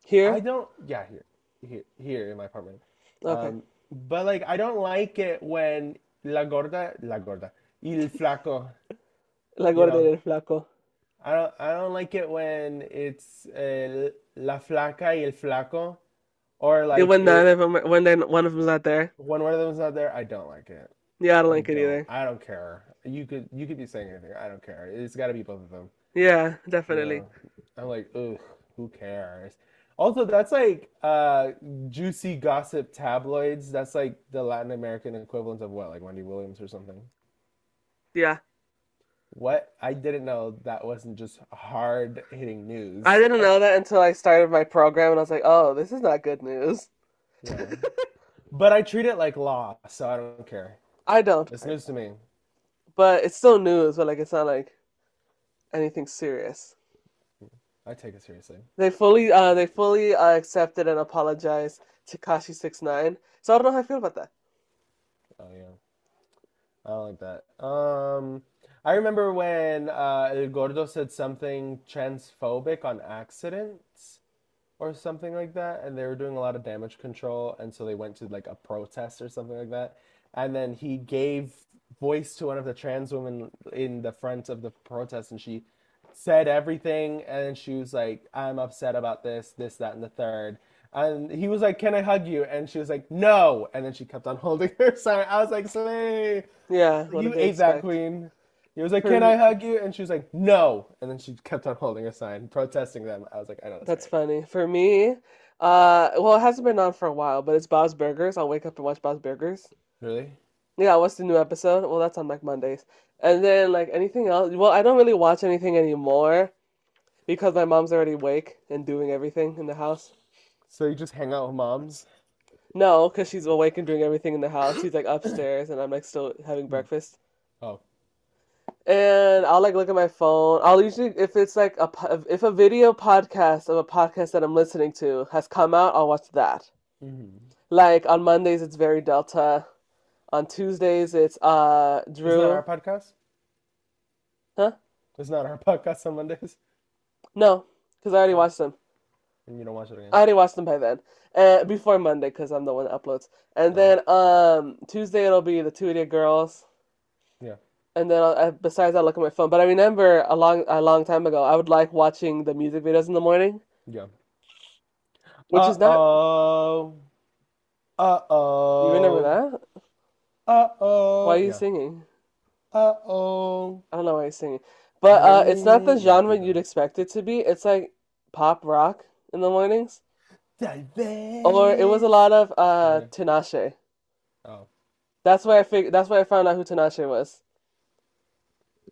S1: Here?
S2: I don't, yeah, here, here, here in my apartment.
S1: Okay.
S2: Um, but like I don't like it when la gorda, la gorda, y el flaco.
S1: La gorda
S2: know.
S1: del flaco.
S2: I don't, I don't like it when it's el, la flaca y el flaco, or like
S1: when
S2: it-
S1: none of them, when they, one of them's not there.
S2: When one of them's not there, I don't like it.
S1: Yeah, I don't like it
S2: Don't.
S1: either.
S2: I don't care. You could you could be saying anything. I don't care. It's got to be both of them.
S1: Yeah, definitely.
S2: Yeah. I'm like, ugh, who cares? Also, that's like uh, juicy gossip tabloids. That's like the Latin American equivalent of what, like Wendy Williams or something.
S1: Yeah.
S2: What? I didn't know that wasn't just hard hitting news.
S1: I didn't know that until I started my program and I was like, oh, this is not good news. <laughs>
S2: Yeah. but I treat it like law, so I don't care.
S1: I don't.
S2: It's news to me.
S1: But it's still news, but like it's not like anything serious.
S2: I take it seriously.
S1: They fully uh they fully uh, accepted and apologized to Kashi 69. So I don't know how I feel about that.
S2: Oh yeah. I don't like that. Um, I remember when uh, El Gordo said something transphobic on accident or something like that, and they were doing a lot of damage control, and so they went to like a protest or something like that, and then he gave voice to one of the trans women in the front of the protest, and she said everything, and she was like, "I'm upset about this, this, that, and the third. And he was like, "Can I hug you?" And she was like, "No." And then she kept on <laughs> holding her sign. I was like, "Slay."
S1: Yeah, what
S2: you
S1: did they
S2: ate that
S1: expect?
S2: queen. He was like,
S1: For
S2: "Can
S1: me-
S2: I hug you?" And she was like, "No." And then she kept on holding a sign, protesting them. I was like, "I know
S1: That's
S2: right.
S1: funny. For me, uh well it hasn't been on for a while, but it's Bob's Burgers. I'll wake up and watch Bob's Burgers.
S2: Really?
S1: Yeah, I watched the new episode. Well, that's on like Mondays. And then like anything else, well, I don't really watch anything anymore because my mom's already awake and doing everything in the house.
S2: So you just hang out with moms?
S1: No, because she's awake and doing everything in the house. She's like upstairs and I'm like still having
S2: Hmm.
S1: breakfast.
S2: Oh,
S1: And I'll like look at my phone. I'll usually if it's like a po- if a video podcast of a podcast that I'm listening to has come out, I'll watch that.
S2: mm-hmm.
S1: Like on Mondays it's Very Delta. On Tuesdays it's uh
S2: Isn't that
S1: Drew.
S2: our podcast?
S1: Huh?
S2: Isn't that our <laughs> podcast on Mondays?
S1: No, because I already
S2: Oh.
S1: watched them.
S2: And you don't watch it again.
S1: I already watched them by then, uh, before Monday because I'm the one that uploads.
S2: Oh.
S1: And then um Tuesday it'll be the two idiot girls.
S2: Yeah.
S1: And then I'll, I, besides I look at my phone, but I remember a long a long time ago I would like watching the music videos in the morning,
S2: Yeah.
S1: which is not.
S2: Uh-oh. Uh-oh.
S1: You remember that?
S2: Uh-oh.
S1: Why are you
S2: Yeah.
S1: singing?
S2: Uh-oh.
S1: I don't know why you're singing, but uh, it's not the
S2: Mm,
S1: genre
S2: yeah.
S1: you'd expect it to be. It's like pop rock in the mornings, or it was a lot of uh,
S2: Yeah.
S1: Tinashe.
S2: Oh.
S1: That's why I fig that's why I found out who Tinashe was.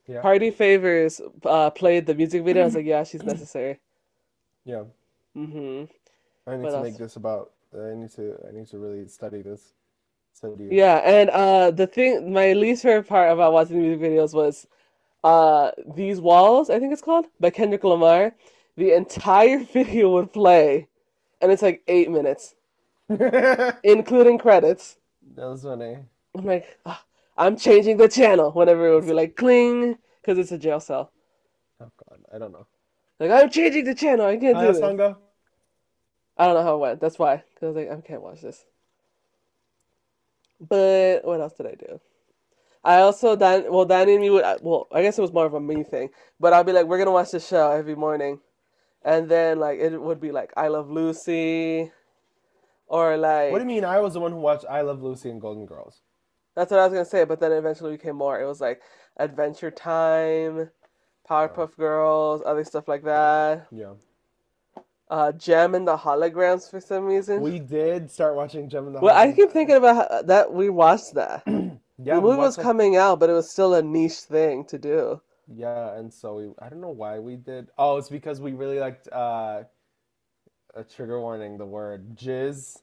S2: Yeah.
S1: Party Favors uh, played the music video. I was like, yeah,
S2: <clears throat>
S1: she's necessary.
S2: Yeah.
S1: hmm
S2: I need
S1: What
S2: to
S1: else?
S2: make this about I need to I need to really study this. Study it.
S1: Yeah, and uh, the thing, my least favorite part about watching the music videos was uh, These Walls, I think it's called, by Kendrick Lamar. The entire <laughs> video would play, and it's like eight minutes,
S2: <laughs> that
S1: including credits.
S2: was funny.
S1: I'm like, "Ah, I'm changing the channel. Whenever it would be like, cling, because it's a jail cell.
S2: Oh god, I don't know.
S1: Like, I'm changing the channel. I can't
S2: How
S1: do
S2: does
S1: this.
S2: song go?
S1: I don't know how it went. That's why. Because I was like, I can't watch this. But what else did I do? I also, Dan, well, Danny and me would, uh, well, I guess it was more of a me thing, but I'd be like, we're gonna watch the show every morning. And then, like, it would be like, I Love Lucy, or like,
S2: What do you mean I was the one who watched I Love Lucy and Golden Girls?
S1: that's what I was gonna say, but then it eventually became more. It was like Adventure Time, Powerpuff Girls, other stuff like that.
S2: Yeah.
S1: Uh, Gem and the Holograms for some reason.
S2: We did start watching Gem and the
S1: Well, I
S2: Holograms.
S1: keep thinking about how, that we watched that.
S2: Yeah,
S1: the
S2: we
S1: movie
S2: watched
S1: was
S2: that-
S1: coming out, but it was still a niche thing to do.
S2: Yeah, and so we I don't know why we did. Oh, it's because we really liked uh a trigger warning, the word jizz.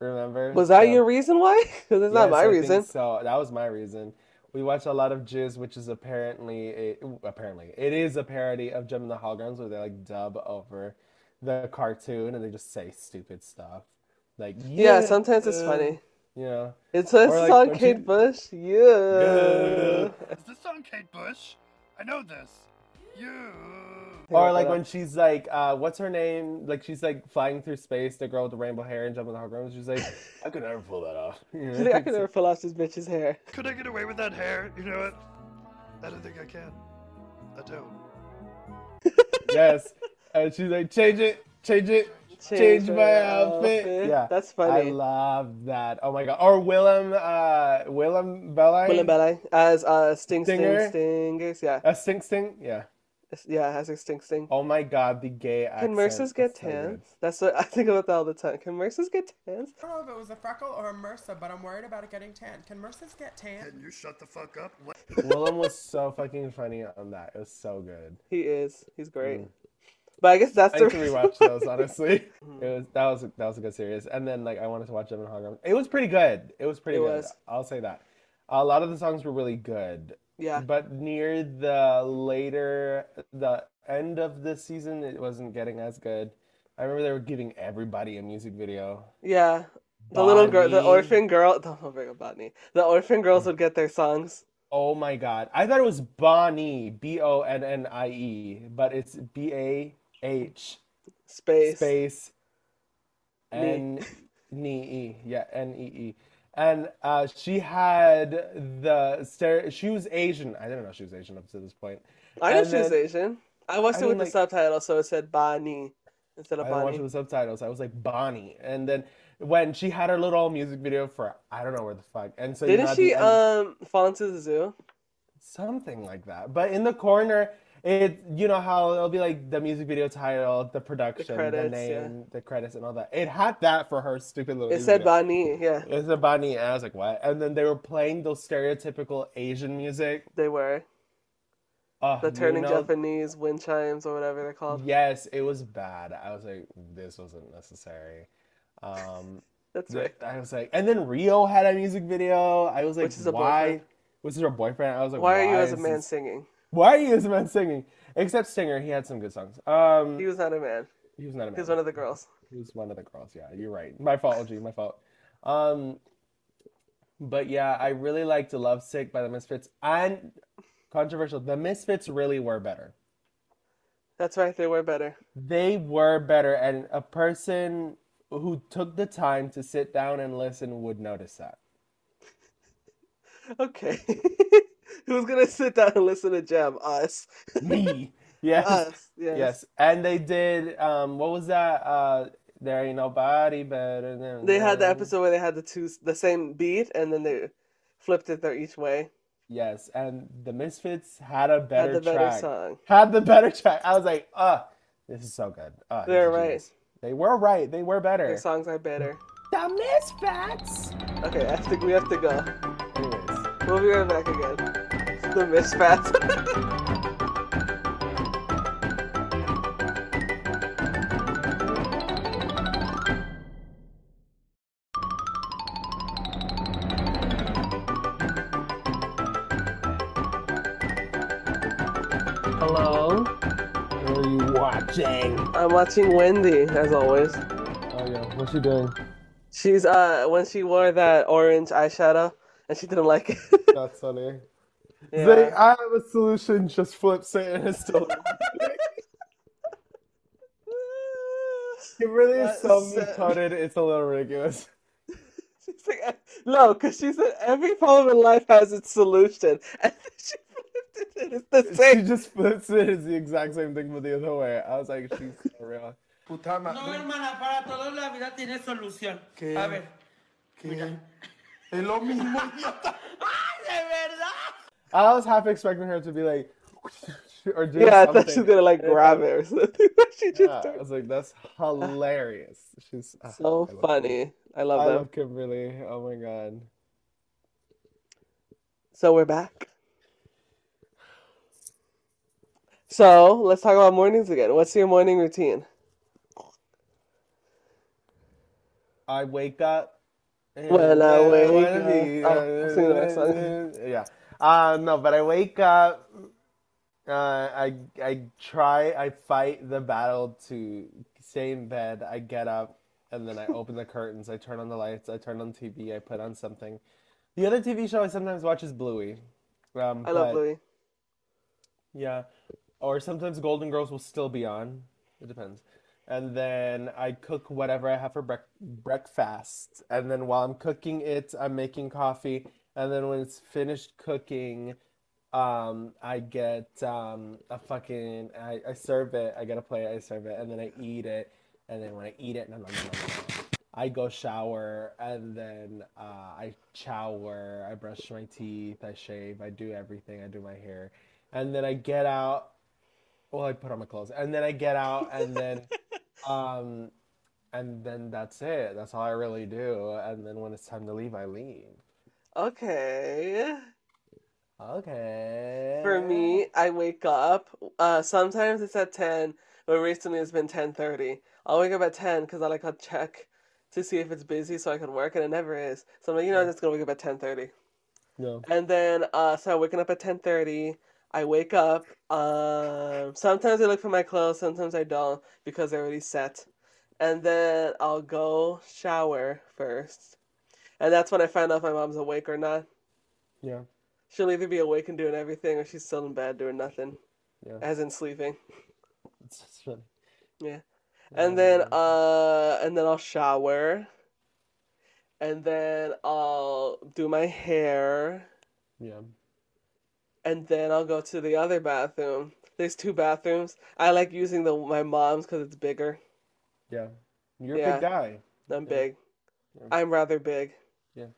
S2: Remember?
S1: Was that
S2: Yeah.
S1: your reason why? <laughs> Because it's not
S2: Yes,
S1: my
S2: I think
S1: reason.
S2: so. That was my reason. We watch a lot of Jizz, which is apparently a, ooh, apparently it is a parody of Gem and the Holograms, where they like dub over the cartoon and they just say stupid stuff. Like
S1: Yeah, sometimes it's
S2: yeah,"
S1: funny.
S2: You know.
S1: It says
S2: Or
S1: it's
S2: like
S1: on
S2: when
S1: Kate
S2: she-
S1: Bush. <laughs> Yeah.
S4: Is this on Kate Bush? I know this. You.
S2: Or
S1: about
S2: like
S1: that.
S2: when she's like, uh, what's her name? Like she's like flying through space, the girl with the rainbow hair and Gem and the Holograms. She's
S1: <laughs>
S2: like, I could never pull that off. <laughs> You
S1: I
S2: know?
S1: think <laughs> <laughs> I could never pull off this bitch's hair.
S4: Could I get away with that hair? You know what? I don't think I can. I don't.
S2: Yes. And she's like, change it, change it, change my outfit. Yeah,
S1: that's
S2: I
S1: funny.
S2: love that. Oh my god. Or Willem, uh, Willem Belli,
S1: Willem Belli as uh, Sting
S2: Stinger?
S1: Sting Stingers. Yeah,
S2: uh, Sting Sting. Yeah.
S1: yeah, as a Sting Sting.
S2: Oh my god, the gay accent.
S1: Can Mercers get
S2: That's so good.
S1: tans? That's what I think about that all the time. Can Mercers get tans?
S5: I don't know if it was a freckle or a MRSA, but I'm worried about it getting tan. Can MRSAs get tan?
S4: Can you shut the fuck up? Let-
S2: Willem was so fucking funny on that. It was so good.
S1: He is. He's great. But I guess that's
S2: Mm. I
S1: the
S2: need to rewatch those. Honestly, it was that was that was a good series. And then like I wanted to watch Devin Hong. It was pretty good. It was pretty
S1: It
S2: good.
S1: was.
S2: I'll say that. A lot of the songs were really good,
S1: <laughs> Yeah.
S2: but near the later the end of the season, it wasn't getting as good. I remember they were giving everybody a music video.
S1: Yeah. The little girl, the
S2: Bonnie.
S1: orphan girl, <laughs> don't bring up Bonnie. The orphan girls would get their songs.
S2: Oh my god! I thought it was Bonnie, B O N N I E, but it's B A H.
S1: Space.
S2: space
S1: Ne-
S2: N E E. Yeah, N E E. And uh, she had the stare. She was Asian. I didn't know she was Asian up to this point.
S1: I know
S2: and
S1: she was
S2: then-
S1: Asian. I watched
S2: I
S1: it with
S2: mean,
S1: the
S2: like-
S1: subtitle, so it said Bonnie instead of
S2: I watched
S1: Bonnie.
S2: it with subtitles. I was like Bonnie. And then when she had her little music video for I don't know where the fuck. And so you know,
S1: Didn't
S2: at the
S1: she
S2: end-
S1: um fall into the zoo?
S2: something like that. But in the corner, it you know how it'll be like the music video title, the production, the
S1: credits, yeah.
S2: name, the credits, and all that. It had that for her stupid little.
S1: It
S2: music
S1: said
S2: video.
S1: Bonnie. Yeah,
S2: It's a Bonnie, and I was like, what? And then they were playing those stereotypical Asian music. Uh,
S1: they were
S2: Ugh,
S1: the
S2: you
S1: turning
S2: know-
S1: Japanese wind chimes or whatever they're called.
S2: Yes, it was bad. I was like, this wasn't necessary. Um,
S1: <laughs> That's
S2: th-
S1: right.
S2: I was like, and then Rio had a music video. I was like,
S1: Which is a
S2: why?
S1: boyfriend.
S2: Was this her boyfriend? I was like,
S1: Why are you as a
S2: is
S1: man
S2: this-
S1: singing?
S2: Why are you as a man singing? Except Stinger, he had some good songs. Um,
S1: He was not a man.
S2: he was not a man.
S1: He was one of the girls.
S2: He was one of the girls. Yeah, you're right. My fault, G, my fault. Um, but yeah, I really liked Love Sick by the Misfits. And controversial, the Misfits really were better.
S1: That's right. They were better. <laughs>
S2: They were better, and a person who took the time to sit down and listen would
S1: <laughs>
S2: notice that.
S1: Okay. <laughs> Who's gonna sit down and listen to Jam? Us.
S2: Me. Yes.
S1: Us. Yes.
S2: Yes. And they did, um, what was that? Uh, there ain't nobody better than
S1: They had the
S2: them.
S1: episode where they had the two the same beat and then they flipped it their each way.
S2: Yes, and the Misfits had a
S1: Had
S2: better
S1: the better
S2: track.
S1: song.
S2: had the better track. I was like, uh, this is so good. Uh, he's
S1: They're
S2: a
S1: right.
S2: genius. They were right. They were
S1: Their
S2: better.
S1: songs are better.
S2: The Misfits.
S1: Okay, I think we have to go.
S2: Anyways.
S1: We'll be right back again. The misfits. <laughs> Hello.
S2: What are you watching?
S1: I'm watching Wendy as always.
S2: Oh yeah, what's she doing?
S1: She's uh when she wore that orange eyeshadow and she didn't like it. <laughs>
S2: That's funny.
S1: Yeah.
S2: They, <laughs> I have a solution. Just flips it and
S1: <laughs>
S2: it's still. it really is so
S1: That's sad.
S2: coded. It's a
S1: <laughs>
S2: little ridiculous.
S1: She's like, "Eh, no, because she said every problem in life has its solution. <laughs> And then she flipped it and it's the
S2: She
S1: same.
S2: just flips it. It's the exact same thing, but the other way. I was like, she's so real.
S6: No, hermana, para todo la vida tiene solución. A ver.
S4: Es lo mismo, idiota.
S2: I was half expecting her to be like, <laughs> or do
S1: Yeah, I
S2: something.
S1: thought she was gonna like grab it or something. <laughs> but she just
S2: Yeah, I
S1: started.
S2: was like, that's hilarious. She's ah, I
S1: So
S2: love-
S1: funny. I love
S2: I
S1: them.
S2: love Kimberly. Oh my god.
S1: So we're back. So let's talk about mornings again. What's your morning routine?
S2: I wake up. and
S1: When I wake
S2: wanna
S1: up-
S2: be-
S1: oh, I'll sing the next song.
S2: <laughs> Yeah. Uh, no, but I wake up. Uh, I I try. I fight the battle to stay in bed. I get up, and then I open the curtains. I turn on the lights. I turn on TV. I put on something. The other TV show I sometimes watch is Bluey. Um,
S1: I love
S2: but-
S1: Louis.
S2: Yeah. Or sometimes Golden Girls will still be on. It depends. And then I cook whatever I have for brec breakfast. And then while I'm cooking it, I'm making coffee. And then when it's finished cooking, um, I get um, a fucking, I, I serve it. I get a plate, I serve it, and then I eat it. and then when I eat it, nom, nom, nom, nom, nom. I go shower and then uh, I shower, I brush my teeth, I shave, I do everything, I do my hair, and then I get out. Well, I put on my clothes, and then I get out, and then,
S1: <laughs>
S2: um, and then that's it. That's all I really do. And then when it's time to leave, I leave.
S1: Okay.
S2: Okay.
S1: For me, I wake up. Uh, sometimes it's at ten, but recently it's been ten thirty. I'll wake up at ten because I like to check to see if it's busy so I can work, and it never is. So I'm like, you know, I'm just gonna wake up at ten thirty.
S2: no.
S1: And then uh so I'm waking up at ten thirty. I wake up. Um sometimes I look for my clothes, sometimes I don't because they're already set. And then I'll go shower first. And that's when I find out if my mom's awake or not.
S2: Yeah.
S1: She'll either be awake and doing everything or she's still in bed doing nothing.
S2: Yeah.
S1: As in sleeping.
S2: It's just funny.
S1: Yeah.
S2: Mm.
S1: And then uh and then I'll shower. And then I'll do my hair.
S2: yeah.
S1: and then I'll go to the other bathroom. There's two bathrooms. I like using the my mom's because it's bigger.
S2: Yeah. You're a
S1: Yeah.
S2: big guy.
S1: I'm
S2: Yeah.
S1: big.
S2: Yeah.
S1: I'm rather big.
S2: Yeah.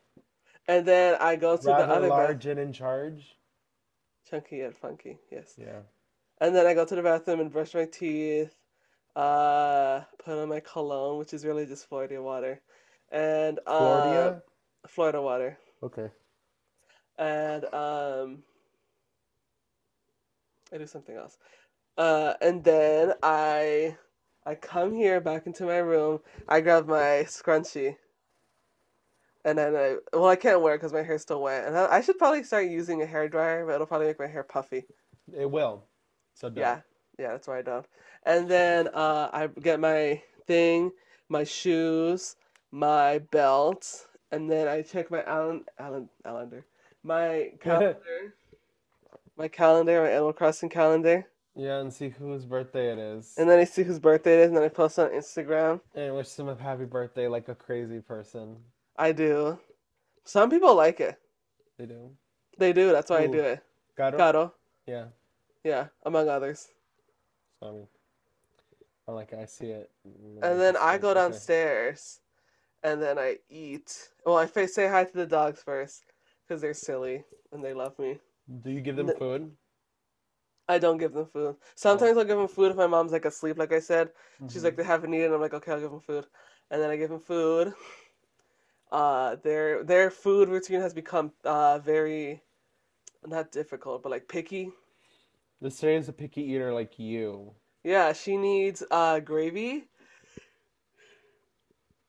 S1: And then I go to the
S2: Rather
S1: other
S2: large
S1: bathroom.
S2: and in charge.
S1: Chunky and funky, yes.
S2: Yeah.
S1: And then I go to the bathroom and brush my teeth, uh, put on my cologne, which is really just Florida water, and uh,
S2: Florida.
S1: Florida water,
S2: Okay.
S1: and um, I do something else. Uh, and then I I come here back into my room. I grab my scrunchie, and then I well I can't wear it because my hair's still wet. And I, I should probably start using a hair dryer, but it'll probably make my hair puffy.
S2: It will. So don't.
S1: Yeah, yeah, that's why I don't. And then uh, I get my thing, my shoes, my belt, and then I check my Allen Allen calendar, my
S2: <laughs>
S1: <laughs> calendar, my calendar, my Animal Crossing calendar,
S2: Yeah, and see whose birthday it is.
S1: and then I see whose birthday it is, and then I post on Instagram.
S2: And wish them a happy birthday like a crazy person.
S1: I do. Some people like it.
S2: They do.
S1: They do. That's why I
S2: Who?
S1: do it.
S2: Got it?
S1: Caro.
S2: Yeah.
S1: Yeah, among others.
S2: So I mean, I'm like, I see it.
S1: And then I go
S2: Okay.
S1: downstairs, and then I eat. Well, I fa- say hi to the dogs first, because they're silly and they love me.
S2: Do you give them
S1: N-
S2: food?
S1: I don't give them food. Sometimes I'll give them food if my mom's like asleep, like I said.
S2: Mm-hmm.
S1: She's like, they haven't eaten. I'm like, okay, I'll give them food. And then I give them food. <laughs> Uh, their their food routine has become uh very, not difficult, but like picky.
S2: This is a picky eater like you.
S1: Yeah, she needs uh gravy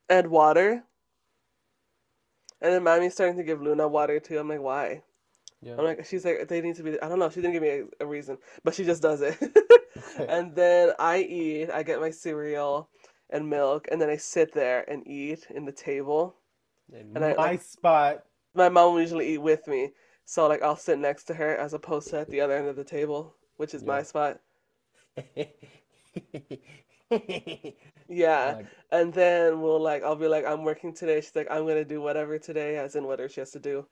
S1: and water. And then mommy's starting to give Luna water too. I'm like, why?
S2: Yeah.
S1: I'm like, she's like, they need to be. I don't know. She didn't give me a, a reason, but she just does it. <laughs> And then I eat. I get my cereal and milk, and then I sit there and eat in the table.
S2: and
S1: and I,
S2: my
S1: like- <laughs>
S2: spot.
S1: My mom will usually eat with me, so like I'll sit next to her as opposed to at the other end of the table, which is my
S2: Yeah.
S1: spot.
S2: I'm
S1: Yeah.
S2: like,
S1: And then we'll like, I'll be like, I'm working today. She's like, I'm gonna do whatever today, as in whatever she has to do.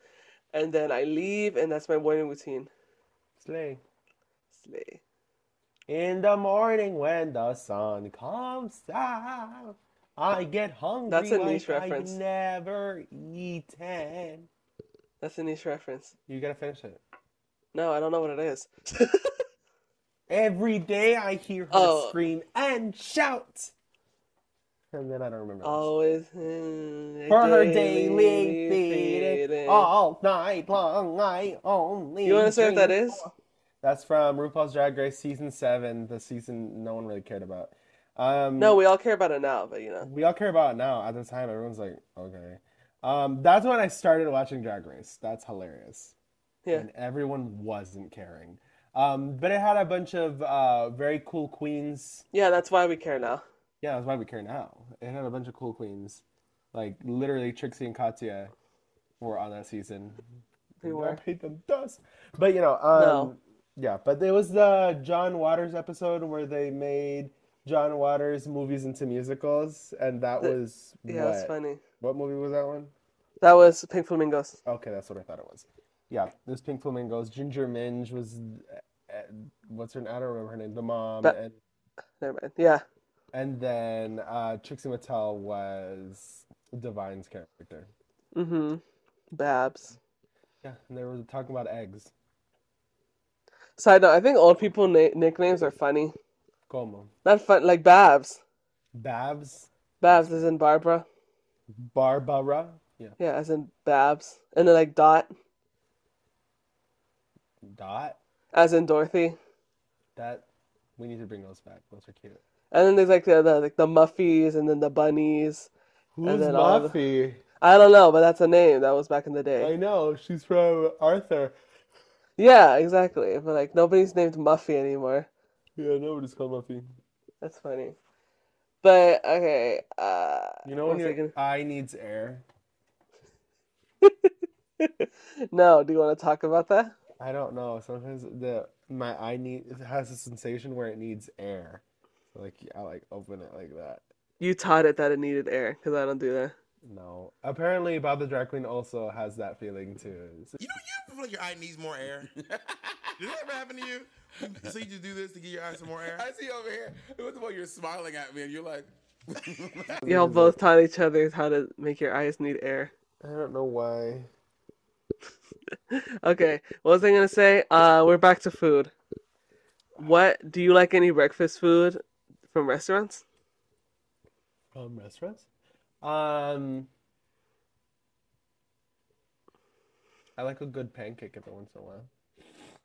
S1: And then I leave, and that's my morning routine.
S2: slay.
S1: Slay.
S2: In the morning when the sun comes out, I get hungry
S1: That's a niche
S2: like I've
S1: reference.
S2: never eaten.
S1: That's a niche reference.
S2: You gotta finish it.
S1: No, I don't know what it is. <laughs>
S2: Every day I hear her
S1: Oh.
S2: scream and shout. And then I don't remember. the rest.
S1: Always in
S2: For her
S1: Oh, daily
S2: daily feeding, Oh.
S1: feeding. Oh,
S2: all night long, I only
S1: You wanna say what that
S2: dream
S1: is?
S2: for- That's from RuPaul's Drag Race season seven, the season no one really cared about. Um,
S1: No, we all care about it now, but you know.
S2: we all care about it now. At the time, everyone's like, okay. Um, that's when I started watching Drag Race. That's hilarious.
S1: Yeah.
S2: And everyone wasn't caring. Um, but it had a bunch of uh, very cool queens.
S1: Yeah, that's why we care now.
S2: Yeah, that's why we care now. It had a bunch of cool queens. Like literally Trixie and Katya were on that season.
S1: They
S2: I
S1: were.
S2: paid them dust. But you know, um
S1: No.
S2: yeah, but there was the John Waters episode where they made John Waters movies into musicals and that
S1: The-
S2: was
S1: Yeah, that's
S2: what?
S1: funny.
S2: What movie was that one?
S1: That was Pink Flamingos.
S2: Okay, that's what I thought it was. Yeah, there's Pink Flamingos. Ginger Minge eh, was uh, uh, what's her I don't remember her name, the mom
S1: But-
S2: and
S1: Never mind. Yeah.
S2: And then uh, Trixie Mattel was Divine's character.
S1: Mm-hmm. Babs.
S2: Yeah, and they were talking about eggs.
S1: Side note, I think old people na- nicknames are funny.
S2: Como.
S1: Not fun, like Babs.
S2: Babs,
S1: Babs is in Barbara.
S2: Barbara. Yeah.
S1: Yeah, as in Babs. And then like Dot,
S2: Dot.
S1: as in Dorothy.
S2: That we need to bring those back. Those are cute.
S1: And then there's like the, the like the Muffies and then the Bunnies.
S2: Who's
S1: then all the-
S2: Muffy?
S1: I don't know, but that's a name that was back in the
S2: I
S1: day.
S2: know she's from Arthur.
S1: Yeah, exactly. But like nobody's named Muffy anymore.
S2: Yeah, nobody's called Muffy.
S1: That's funny. But okay, uh <laughs>
S2: You know
S1: one
S2: when your
S1: second.
S2: eye needs air.
S1: No, do you want to talk about that?
S2: I don't know. Sometimes the my eye need it has a sensation where it needs air. So like I like open it like that.
S1: You taught it that it needed air, because I don't do that.
S2: No. Apparently, Bob the Drag Queen also has that feeling too. So-
S7: You know, you ever feel like your eye needs more <laughs> air. Did that ever happen to you? So you just do this to get your eye some more air. I see over here. What's the one you're smiling at me and you're like,
S1: Y'all both taught each other how to make your eyes need air.
S2: I don't know why.
S1: Okay, what was I gonna say? Uh, we're back to food. What do you like any breakfast food from restaurants?
S2: Um, restaurants. Um, I like a good pancake every once in a while.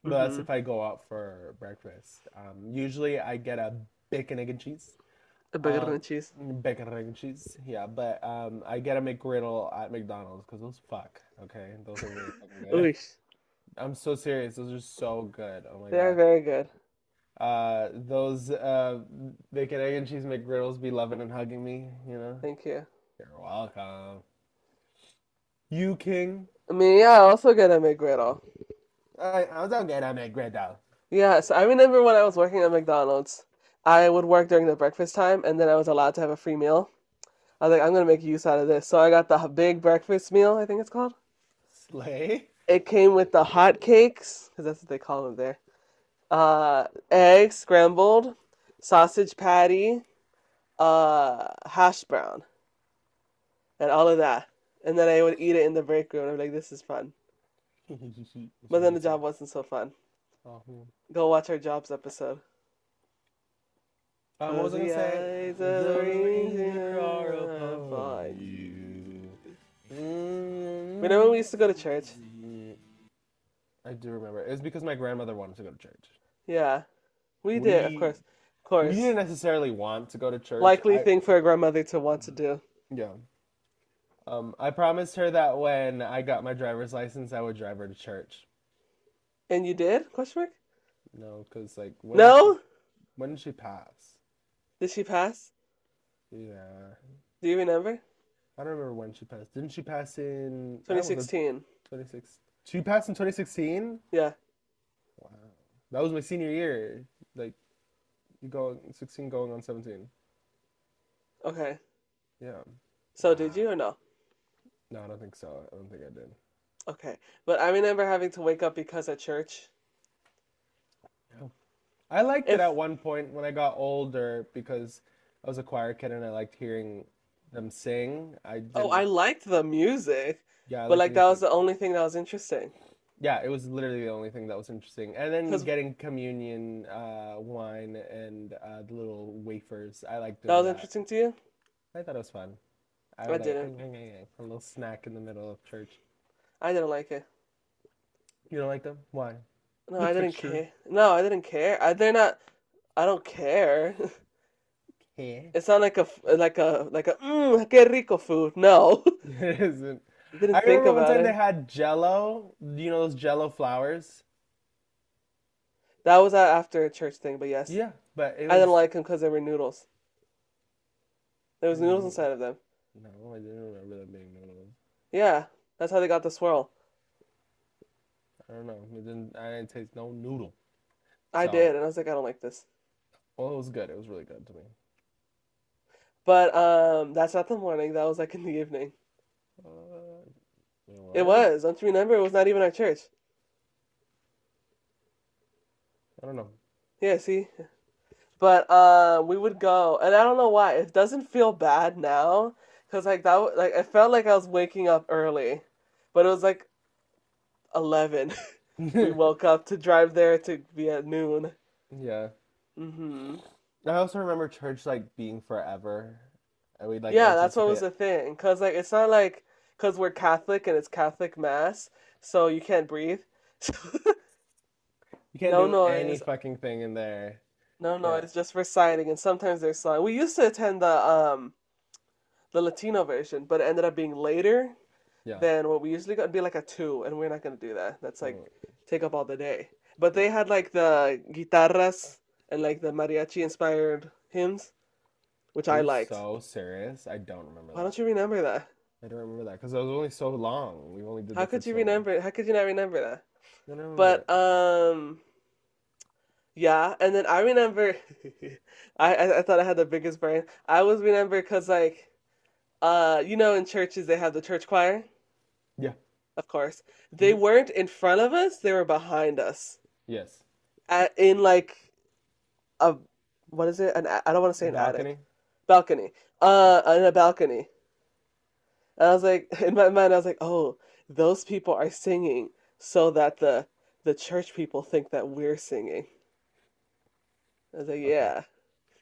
S2: But that's
S1: Mm-hmm.
S2: if I go out for breakfast. Um, usually I get a bacon, egg, and cheese.
S1: A burger
S2: Uh,
S1: and cheese.
S2: Bacon, egg, and cheese. Yeah, but um, I get a McGriddle at McDonald's because those fuck. Okay, those are really
S1: <laughs>
S2: fucking good.
S1: Oosh,
S2: I'm so serious. Those are so good. Oh my
S1: they are
S2: God.
S1: very good.
S2: Uh, those uh, bacon, egg, and cheese McGriddles be loving and hugging me, you know?
S1: Thank you.
S2: You're welcome. You king.
S1: I mean, yeah, I also get a McGriddle.
S2: I, I don't get a McGriddle.
S1: Yeah, so I remember when I was working at McDonald's, I would work during the breakfast time, and then I was allowed to have a free meal. I was like, I'm gonna make use out of this. So I got the big breakfast meal, I think it's called.
S2: Slay.
S1: It came with the hot cakes, because that's what they call them there. Uh, eggs scrambled, sausage patty, uh, hash brown, and all of that. And then I would eat it in the break room. and I'm like, this is fun. But then the job wasn't so fun.
S2: Oh, hmm.
S1: Go watch our jobs episode.
S2: Uh, what was I
S1: Close
S2: gonna
S1: the
S2: say?
S1: eyes of the reason
S2: are
S1: I
S2: upon
S1: find Mm-hmm.
S2: you.
S1: Remember when we used to go to church?
S2: I do remember. It was because my grandmother wanted to go to church.
S1: Yeah, we did, of
S2: We-
S1: course, of
S2: We
S1: course.
S2: didn't necessarily want to go to church.
S1: Likely
S2: I-
S1: thing for a grandmother to want to do.
S2: Yeah. Um, I promised her that when I got my driver's license, I would drive her to church.
S1: And you did? Question mark?
S2: No, because like when did she-
S1: No?
S2: when did she pass?
S1: Did she pass?
S2: Yeah,
S1: Do you remember?
S2: I don't remember when she passed. Didn't she pass in that was a-
S1: 2016.
S2: 26. She passed in 2016.
S1: Yeah.
S2: Wow, that was my senior year. Like, you going 16, going on 17.
S1: Okay.
S2: Yeah.
S1: So did you or no?
S2: No, I don't think so. I don't think I did.
S1: Okay. But I remember having to wake up because at church.
S2: I liked it
S1: If-
S2: at one point when I got older because I was a choir kid and I liked hearing them sing. I
S1: Oh,
S2: didn't-
S1: I liked the music,
S2: yeah, I
S1: but like
S2: liked
S1: that
S2: hearing
S1: was
S2: sing.
S1: the only thing that was interesting.
S2: Yeah, it was literally the only thing that was interesting. And then
S1: 'Cause-
S2: getting communion uh, wine and uh, the little wafers. I liked
S1: That was
S2: doing
S1: interesting to you?
S2: I thought it was fun. I,
S1: I
S2: would, like,
S1: didn't.
S2: a little snack in the middle of church.
S1: I didn't like it.
S2: You don't like them? Why?
S1: No,
S2: The
S1: I didn't
S2: picture.
S1: care. No, I didn't care. I, they're not. I don't care. <laughs>
S2: Yeah.
S1: It's not like a f- like a like a mmm, que rico food. No,
S2: <laughs>
S1: <laughs>
S2: It isn't.
S1: I didn't
S2: I
S1: think
S2: remember one
S1: about
S2: time
S1: it.
S2: they had Jello. You know those Jello flowers?
S1: That was a- after a church thing, but yes,
S2: Yeah, but it
S1: I didn't
S2: was.
S1: like them because they were noodles. There was
S2: Mm.
S1: noodles inside of them.
S2: No, I didn't remember them being noodles.
S1: Yeah, that's how they got the swirl.
S2: I don't know. It didn't. I didn't taste no noodle.
S1: I
S2: So-
S1: did, and I was like, I don't like this.
S2: Well, it was good. It was really good to me.
S1: But um, that's not the morning. That was like in the evening.
S2: Uh, you
S1: It
S2: know what?
S1: was. Don't you remember? It was not even at church.
S2: I don't know.
S1: Yeah, see. But uh, we would go, and I don't know why. It doesn't feel bad now, cause like that, w- like I felt like I was waking up early, but it was like eleven. <laughs> we woke up to drive there to be at noon.
S2: <laughs> yeah.
S1: hmm
S2: I also remember church like being forever, and we like
S1: yeah, that's what was the
S2: anticipate-
S1: thing. Cause like it's not like cause we're Catholic and it's Catholic mass, so you can't breathe. <laughs>
S2: you can't
S1: no
S2: do
S1: noise.
S2: any fucking thing in there.
S1: No, no,
S2: Yeah.
S1: it's just reciting, and sometimes there's song. We used to attend the um, the Latino version, but it ended up being later
S2: Yeah.
S1: than what we usually got. It'd be like a two, and we're not gonna do that. That's like
S2: Mm.
S1: take up all the day. But they had like the guitarras and like the mariachi inspired hymns, which I
S2: You're
S1: liked.
S2: So serious. I don't remember
S1: Why
S2: that.
S1: don't you remember that?
S2: I don't remember that because it was only so long. We only did
S1: How
S2: that for
S1: could you
S2: so long.
S1: remember? How could you not remember that?
S2: I don't remember
S1: But um yeah, and then I remember <laughs> I, I I thought I had the biggest brain. I was remember because like uh you know in churches they have the church choir.
S2: Yeah. Mm-hmm.
S1: Of course. They weren't in front of us, they were behind us.
S2: it.
S1: uh,
S2: yes.
S1: At, in like a what is it? An a- I don't want to say an attic
S2: Balcony.
S1: balcony. Uh, on a balcony. And I was like, <laughs> in my mind, I was like, oh, those people are singing so that the the church people think that we're singing. I was like, yeah,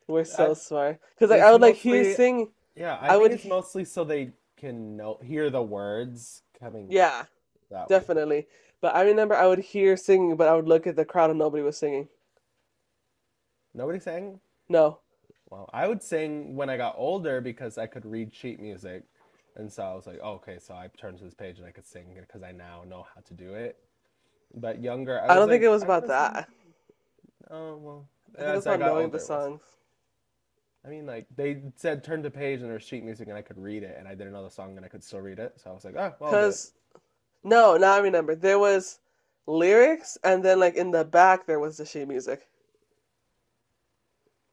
S1: we're so
S2: I-
S1: smart. Because like I
S2: It's
S1: would like hear
S2: mostly-
S1: singing.
S2: Yeah, I,
S1: I
S2: think
S1: would
S2: it's
S1: he-
S2: mostly so they can know hear the words coming.
S1: Yeah,
S2: that way.
S1: definitely. But I remember I would hear singing, but I would look at the crowd and nobody was singing.
S2: Nobody sang.
S1: No.
S2: Well, I would sing when I got older because I could read sheet music, and so I was like, oh, okay, so I turned to this page and I could sing because I now know how to do it. But younger, I
S1: I
S2: was
S1: don't think
S2: like,
S1: it was
S2: I
S1: about
S2: wanna
S1: that.
S2: sing- Oh well,
S1: I think it
S2: as
S1: was
S2: I
S1: about
S2: got
S1: knowing
S2: older,
S1: the
S2: it was.
S1: songs.
S2: I mean, like they said, turn to page and there was sheet music, and I could read it, and I didn't know the song, and I could still read it. So I was like, oh, well, I'll do it."
S1: Because, no, now I remember. There was lyrics, and then like in the back there was the sheet music.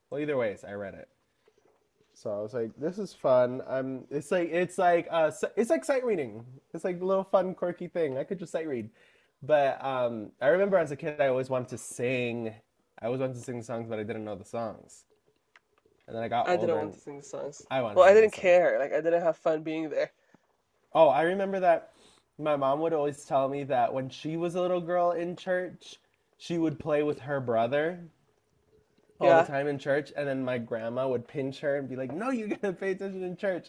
S2: Well, either ways, I read it. So I was like, this is fun. I'm it's like it's like uh s- it's like sight reading. It's like a little fun quirky thing. I could just sight read. But um I remember as a kid I always wanted to sing. I always wanted to sing songs but I didn't know the songs. And then I got
S1: I didn't
S2: older
S1: want
S2: and
S1: to sing the songs.
S2: I wanted
S1: Well,
S2: to
S1: I
S2: sing the
S1: didn't
S2: songs.
S1: care. Like I didn't have fun being there.
S2: Oh, I remember that my mom would always tell me that when she was a little girl in church, she would play with her brother all
S1: Yeah.
S2: the time in church, and then my grandma would pinch her and be like, "No, you gotta pay attention in church."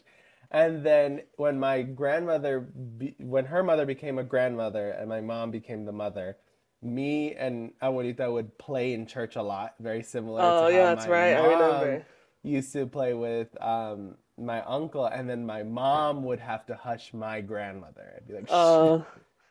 S2: And then when my grandmother, be, when her mother became a grandmother and my mom became the mother, me and Abuelita would play in church a lot, very similar to
S1: Oh,
S2: how
S1: yeah, that's
S2: my
S1: right. I
S2: mom
S1: remember.
S2: <laughs> used to play with um, my uncle, and then my mom would have to hush my grandmother. I'd be like, "Shh."
S1: Oh,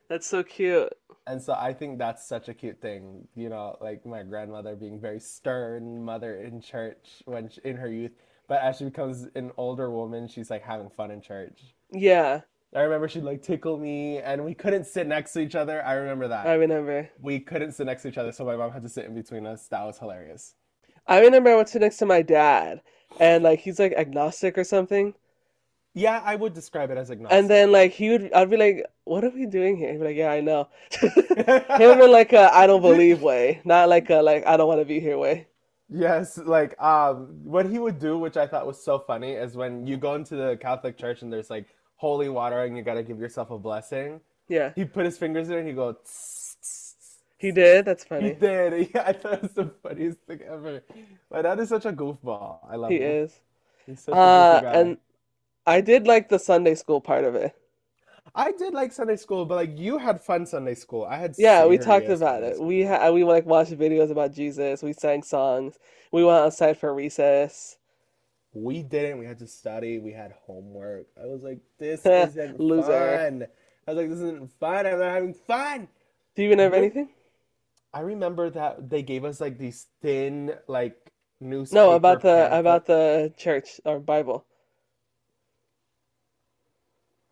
S1: that's so cute.
S2: And so I think that's such a cute thing, you know, like my grandmother being very stern mother in church when she, in her youth, but as she becomes an older woman, she's like having fun in church.
S1: Yeah,
S2: I remember she'd like tickle me, and we couldn't sit next to each other. I remember that.
S1: I remember.
S2: We couldn't sit next to each other, so my mom had to sit in between us. That was hilarious.
S1: I remember I went to next to my dad, and like he's like agnostic or something.
S2: Yeah, I would describe it as
S1: And
S2: agnostic.
S1: then like he would, I'd be like, "What are we doing here?" He'd be like, "Yeah, I know." <laughs> Him in like a
S2: <laughs>
S1: I don't believe way, not like a like I don't want to be here way.
S2: Yes, like um, what he would do, which I thought was so funny, is when you go into the Catholic Church and there's like holy water and you gotta give yourself a blessing.
S1: Yeah,
S2: He put his fingers in and he go. "Tss, tss, tss."
S1: he did. That's
S2: He
S1: funny.
S2: did. <laughs> Yeah, I thought it was the funniest thing ever. My dad is such a goofball. I love
S1: He
S2: him.
S1: is.
S2: He's such a
S1: Uh,
S2: goofy guy.
S1: and I did like the Sunday school part of it.
S2: I did like Sunday school, but like you had fun Sunday school. I had
S1: Yeah, we talked
S2: serious
S1: about
S2: Sunday
S1: it.
S2: school.
S1: We ha we like watched videos about Jesus. We sang songs. We went outside for recess.
S2: We didn't. We had to study. We had homework. I was like,
S1: <laughs>
S2: this isn't
S1: Loser.
S2: fun. I was like, this isn't fun. I'm not having fun.
S1: Do you remember
S2: Wait.
S1: anything?
S2: I remember that they gave us like these thin, like newspaper
S1: No, about the
S2: pamphlets,
S1: about the church or Bible.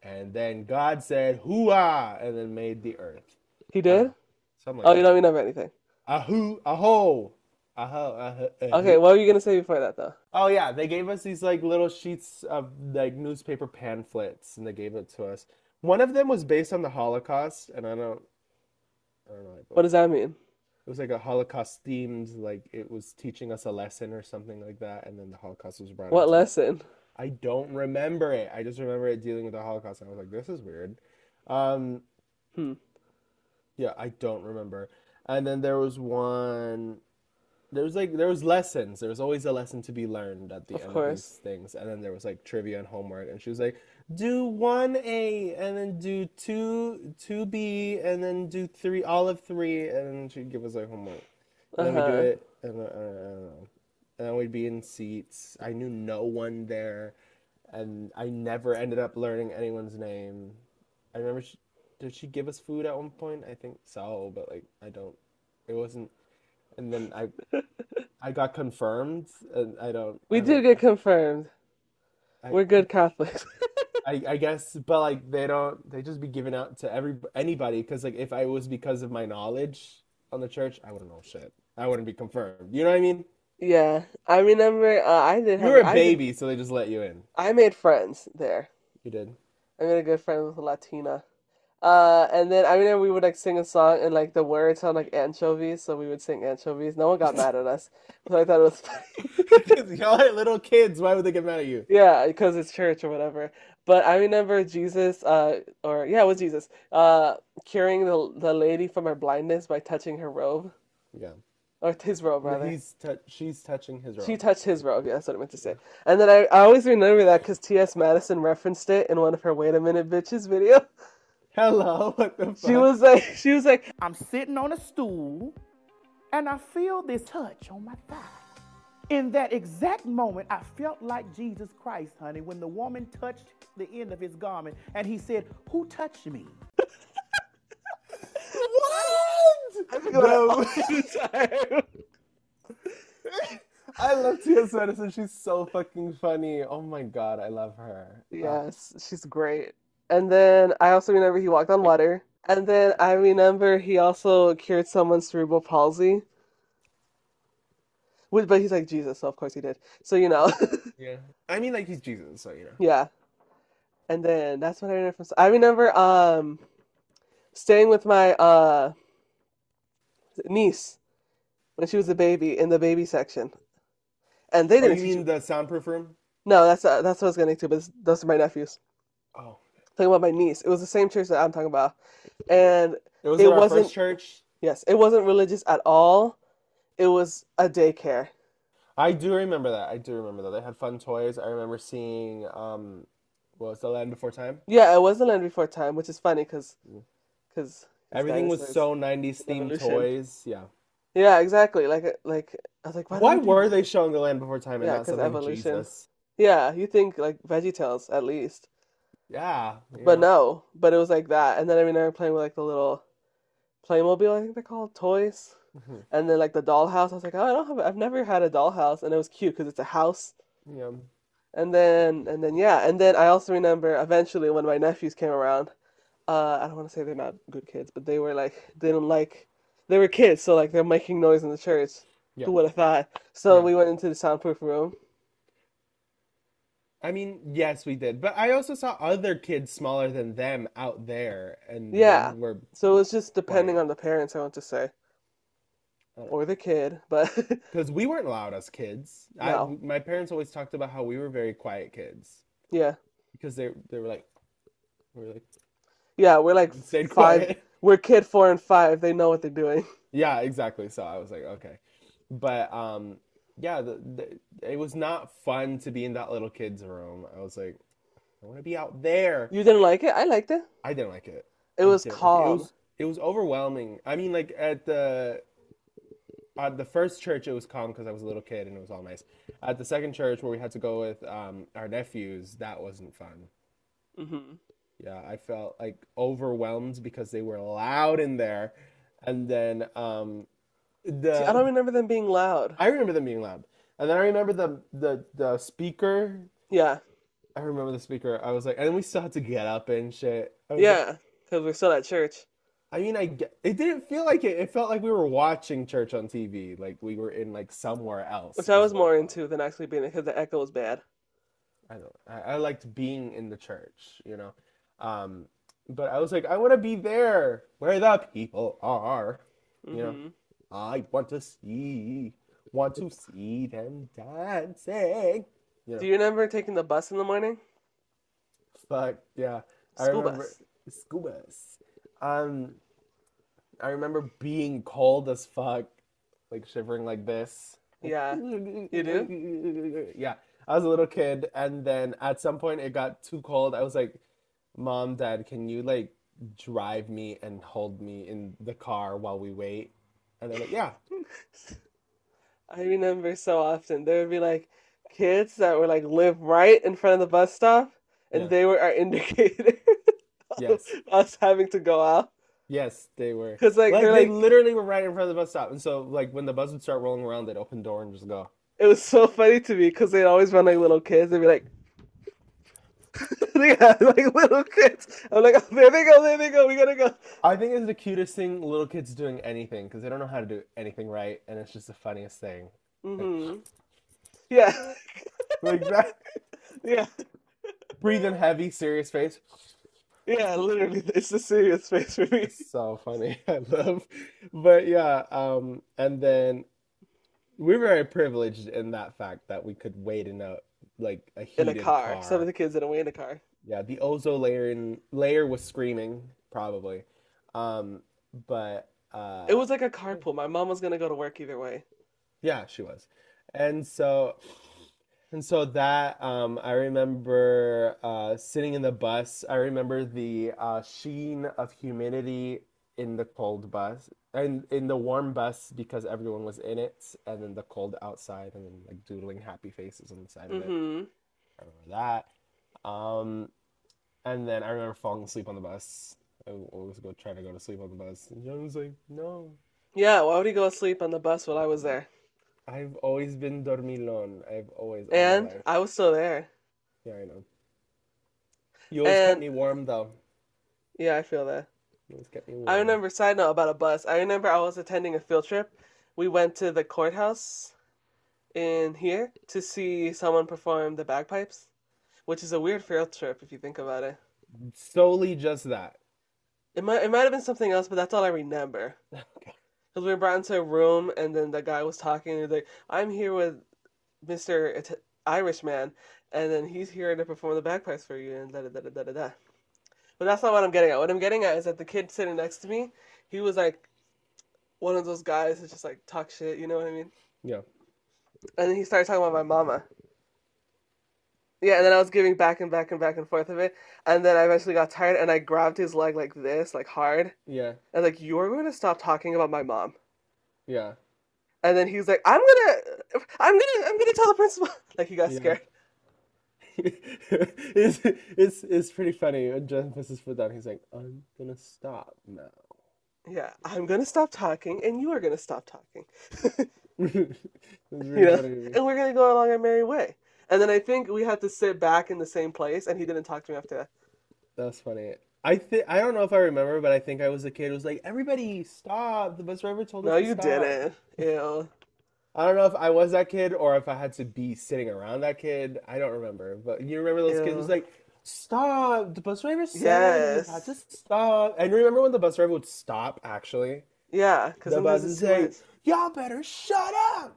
S2: and then God said, "Hooah!" and then made the earth.
S1: He did?
S2: Something like
S1: Oh, you
S2: that.
S1: don't remember anything.
S2: A hoo, a ho, a ho, a ho, a
S1: Okay,
S2: hoo.
S1: what were you gonna say before that though?
S2: Oh yeah, they gave us these like little sheets of like newspaper pamphlets, and they gave it to us. One of them was based on the Holocaust, and I don't, I don't know.
S1: What does that mean?
S2: It was like a Holocaust themed, like it was teaching us a lesson or something like that, and then the Holocaust was brought
S1: What
S2: into it.
S1: lesson?
S2: I don't remember it. I just remember it dealing with the Holocaust, and I was like, "This is weird." Um,
S1: Hmm.
S2: yeah, I don't remember. And then there was one. There was like there was lessons. There was always a lesson to be learned at the
S1: Of
S2: end of
S1: course.
S2: these things. And then there was like trivia and homework. And she was like, "Do one A, and then do two two B, and then do three, all of three, and then she'd give us like homework. And then we do
S1: Uh-huh.
S2: it, and uh, I don't know. And then we'd be in seats. I knew no one there, and I never ended up learning anyone's name. I remember she, did she give us food at one point? I think so, but like I don't. It wasn't. And then
S1: <laughs>
S2: I, I got confirmed, and I don't.
S1: We
S2: I
S1: did
S2: don't-
S1: get confirmed.
S2: I-
S1: We're good Catholics. <laughs>
S2: I, I guess, but like they don't, they just be giving out to every anybody because like if I was because of my knowledge on the church, I wouldn't know shit. I wouldn't be confirmed. You know what I mean?
S1: yeah, I remember uh, I did
S2: You
S1: have
S2: were a
S1: I did-
S2: baby, so they just let you in.
S1: I made friends there.
S2: You did. <laughs>
S1: I made a good friend with a Latina. Uh, and then I remember we would like sing a song and like the words sound like anchovies, so we would sing anchovies. No one got mad at us, <laughs> so I thought it was funny. <laughs>
S2: Y'all are little kids. Why would they get mad at you?
S1: Yeah, because it's church or whatever. But I remember Jesus, uh, or yeah, it was Jesus, uh, curing the the lady from her blindness by touching her robe
S2: Yeah.
S1: or his robe rather.
S2: He's tou she's touching his robe.
S1: She touched his robe. Yeah, that's what I meant to say. And then I, I always remember that because T.S. Madison referenced it in one of her "Wait a Minute, Bitches" video.
S2: Hello. <laughs> What
S1: <laughs>
S2: the
S1: She
S2: fuck?
S1: was like, she was like,
S8: I'm sitting on a stool and I feel this touch on my thigh. In that exact moment, I felt like Jesus Christ, honey, when the woman touched the end of his garment and he said, Who touched me?
S1: I think about it all the time.
S2: <laughs> I love T.S. Madison. She's so fucking funny. Oh my god, I love her. Uh,
S1: Yes, she's great. And then I also remember he walked on water. And then I remember he also cured someone's cerebral palsy. Which, but he's like Jesus, so of course he did. So you know, <laughs>
S2: yeah. I mean, like he's Jesus, so you know.
S1: yeah. And then that's what I remember from. I remember um, staying with my uh niece when she was a baby in the baby section, and they
S2: Oh,
S1: didn't
S2: you
S1: teach-
S2: mean the soundproof room?
S1: No, that's uh, that's what I was getting to. But those are my nephews.
S2: Oh,
S1: talking about my niece. It was the same church that I'm talking about. And
S2: it was
S1: It
S2: at our
S1: wasn't-
S2: first church.
S1: yes, it wasn't religious at all. It was a daycare.
S2: I do remember that. I do remember that. They had fun toys. I remember seeing um, what was the Land Before Time?
S1: Yeah, it was the Land Before Time, which is funny because
S2: Mm. Everything was so 90s themed
S1: Evolution.
S2: toys. Yeah.
S1: Yeah, exactly. Like uh, like I was like, why,
S2: Why
S1: don't we do
S2: were they showing the Land Before Time and
S1: Yeah,
S2: not
S1: 'cause
S2: something
S1: evolution.
S2: Jesus?
S1: Yeah, you think like VeggieTales at least,
S2: Yeah,
S1: but
S2: yeah.
S1: no. But it was like that, and then I remember playing with like the little Playmobil, I think they're called toys,
S2: Mhm.
S1: and then like the dollhouse. I was like, oh, I don't have, I've never had a dollhouse, and it was cute because it's a house.
S2: Yeah.
S1: And then, and then, yeah, and then I also remember eventually when my nephews came around, uh, I don't want to say they're not good kids, but they were like, they didn't like, they were kids, so like they're making noise in the church.
S2: Yeah.
S1: Who would have thought? So
S2: Yeah.
S1: we went into the soundproof room.
S2: I mean, yes, we did. But I also saw other kids smaller than them out there, and
S1: Yeah.
S2: they were
S1: So it was just depending on the parents, I want to say,
S2: Oh.
S1: or the kid, but <laughs>
S2: because we weren't loud as kids. I,
S1: No.
S2: my parents always talked about how we were very quiet kids
S1: yeah,
S2: because they they were like, we were like
S1: yeah, we're like
S2: <laughs> stayed
S1: five,
S2: quiet.
S1: <laughs> we're kid four and five, they know what they're doing.
S2: Yeah, exactly. So I was like, okay. But um yeah, the, the, it was not fun to be in that little kid's room. I was like, I want to be out there.
S1: You didn't like it? I liked it.
S2: I didn't like it.
S1: It was
S2: I didn't like it. It
S1: calm.
S2: was it was overwhelming. I mean, like at the at the first church, it was calm because I was a little kid and it was all nice. At the second church where we had to go with um our nephews, that wasn't fun.
S1: hmm
S2: Yeah, I felt like overwhelmed because they were loud in there. And then um the
S1: See, I don't remember them being loud.
S2: I remember them being loud. And then I remember the the the speaker.
S1: Yeah,
S2: I remember the speaker. I was like, and we still had to get up and shit. I was like-
S1: yeah, because we're still at church.
S2: I mean, I get, it didn't feel like it. It felt like we were watching church on TV, like we were in like somewhere else.
S1: Which I was
S2: is what
S1: more
S2: it
S1: into than actually being because the echo was bad.
S2: I don't. I, I liked being in the church, you know. Um, but I was like, I want to be there where the people are. You know?
S1: Mhm.
S2: I want to see, want to see them dancing. You know,
S1: Do you remember taking the bus in the
S2: <laughs>
S1: morning?
S2: fuck yeah. I
S1: School
S2: remember
S1: bus.
S2: school bus. Um, I remember being cold as fuck, like shivering like this.
S1: Yeah.
S2: You
S1: Uh, do?
S2: <laughs> Yeah. I was a little kid, and then at some point it got too cold. I was like, Mom, Dad, can you like drive me and hold me in the car while we wait? And they're like, Yeah.
S1: I remember so often there would be like kids that were like live right in front of the bus stop, and
S2: Yeah.
S1: they were our <laughs> indicator of
S2: Yes.
S1: us having to go out.
S2: Yes, they were.
S1: 'Cause, like, they're,
S2: they
S1: like-
S2: literally were right in front of the bus stop. And so like when the bus would start rolling around, they'd open the door and just go.
S1: It was so funny to me because they'd always run like little kids. They'd be like, <laughs> yeah, like little kids. I'm like, <laughs> oh, there they go, there they go. We gotta go.
S2: I think it's the cutest thing little kids doing anything because they don't know how to do anything right, and it's just the funniest thing.
S1: hmm Yeah, <laughs>
S2: Like that, <laughs>
S1: yeah,
S2: breathing heavy, serious face. <laughs>
S1: yeah. Literally, <laughs> it's a serious face for me.
S2: It's so funny. <laughs> I love, but yeah. Um, and then we were very privileged in that fact that we could wait in a like a
S1: In a
S2: heated
S1: car. Some
S2: car.
S1: of the kids didn't wait in a car.
S2: Yeah, the ozone layer in, layer was screaming probably, um, but uh,
S1: It was like a carpool. My mom was gonna go to work either way.
S2: Yeah, she was. And so and so that um I remember uh sitting in the bus. I remember the uh sheen of humidity in the cold bus and in the warm bus because everyone was in it and then the cold outside and then like doodling happy faces on the side of it.
S1: hmm
S2: I remember that. Um and then I remember falling asleep on the bus. I always go trying to go to sleep on the bus. And John was like, "No,
S1: Yeah, why would he go asleep on the bus while I was there?
S2: I've always been dormilon. I've always, all my
S1: And
S2: life."
S1: I was still there.
S2: Yeah, I know. You always kept
S1: And-
S2: me warm, though.
S1: Yeah, I feel that.
S2: You always kept me warm.
S1: I remember, side note about a bus. I remember I was attending a field trip. We went to the courthouse in here to see someone perform the bagpipes, which is a weird field trip if you think about it.
S2: Solely just that.
S1: It might it might have been something else, but that's all I remember. Because we were brought into a room, and then the guy was talking, and he was like, "I'm here with Mister It- Irishman, and then he's here to perform the bagpipes for you," and da da da da da da. da. But that's not what I'm getting at. What I'm getting at is that the kid sitting next to me, he was like one of those guys that just like talk shit, you know what I mean?
S2: Yeah.
S1: And then he started talking about my mama. Yeah, and then I was giving back and back and back and forth of it, and then I eventually got tired, and I grabbed his leg like this, like hard,
S2: Yeah.
S1: and like you're going to stop talking about my mom.
S2: Yeah. <laughs>
S1: And then he's like, I'm gonna, I'm gonna, I'm gonna tell the principal. <laughs> Like he got
S2: Yeah.
S1: scared.
S2: it's, it's it's pretty funny. When John puts his foot down, he's like, I'm gonna stop now. <laughs>
S1: Yeah, I'm gonna stop talking, and you are gonna stop talking.
S2: It's really
S1: You know,
S2: funny to me.
S1: and we're gonna go along our merry way. And then I think we had to sit back in the same place, and he didn't talk to me after that.
S2: That's funny. I think I don't know if I remember, but I think I was a kid who was like, "Everybody, stop!" The bus driver told us
S1: No,
S2: to
S1: you
S2: stop.
S1: didn't. Ew.
S2: I don't know if I was that kid or if I had to be sitting around that kid. I don't remember. But you remember those kids
S1: Ew.
S2: was like, stop. The bus driver said
S1: Yes.
S2: you had to stop. And remember when the bus driver would stop actually?
S1: Yeah, because
S2: The
S1: sometimes
S2: bus
S1: it's
S2: is
S1: too
S2: like,
S1: much.
S2: y'all better shut up.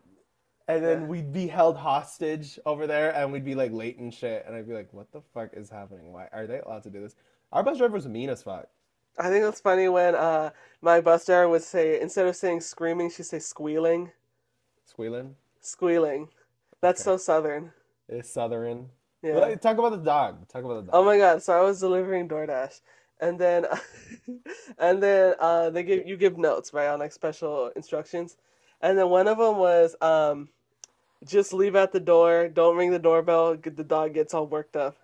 S2: And then
S1: Yeah.
S2: we'd be held hostage over there and we'd be like late and shit. And I'd be like, what the fuck is happening? Why are they allowed to do this? Our bus driver was mean as fuck.
S1: I think it's funny when uh my bus driver would say instead of saying screaming, she'd say squealing,
S2: Squealing.
S1: squealing. That's so
S2: Okay.
S1: southern.
S2: It's Southern.
S1: Yeah.
S2: But, like, talk about the dog. Talk about the
S1: Oh
S2: dog.
S1: my god, so I was delivering DoorDash and then <laughs> and then uh they give you give notes, right, on like special instructions. And then one of them was um just leave at the door, don't ring the doorbell, get the dog gets all worked up.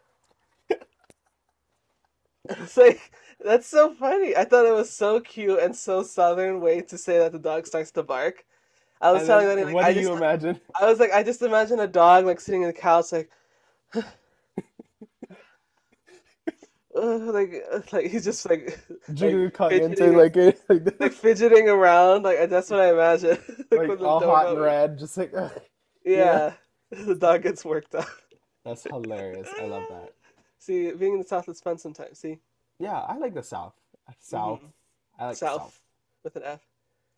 S1: <laughs> It's like that's so funny. I thought it was so cute and so southern way to say that the dog starts to bark. I was
S2: And
S1: telling
S2: then
S1: Lenny, like
S2: what
S1: I
S2: do you
S1: just
S2: imagine?
S1: I was <laughs> like, I just imagine a dog like sitting in the couch,
S2: <laughs>
S1: like, <sighs> uh, like, <sighs> uh, like he's just like,
S2: Jigger
S1: like,
S2: cut into
S1: fidgeting,
S2: <laughs> like it like, this,
S1: <laughs> like fidgeting around. Like that's what I imagine. <laughs>
S2: like,
S1: when the
S2: all hot and
S1: doorbell-
S2: red, just like ugh.
S1: Yeah, <laughs> the dog gets worked up. <laughs>
S2: that's hilarious. I love that.
S1: See, being in the south is fun sometimes. See,
S2: Yeah, I like the South. South. I like the
S1: Mm-hmm. south
S2: South.
S1: with an F.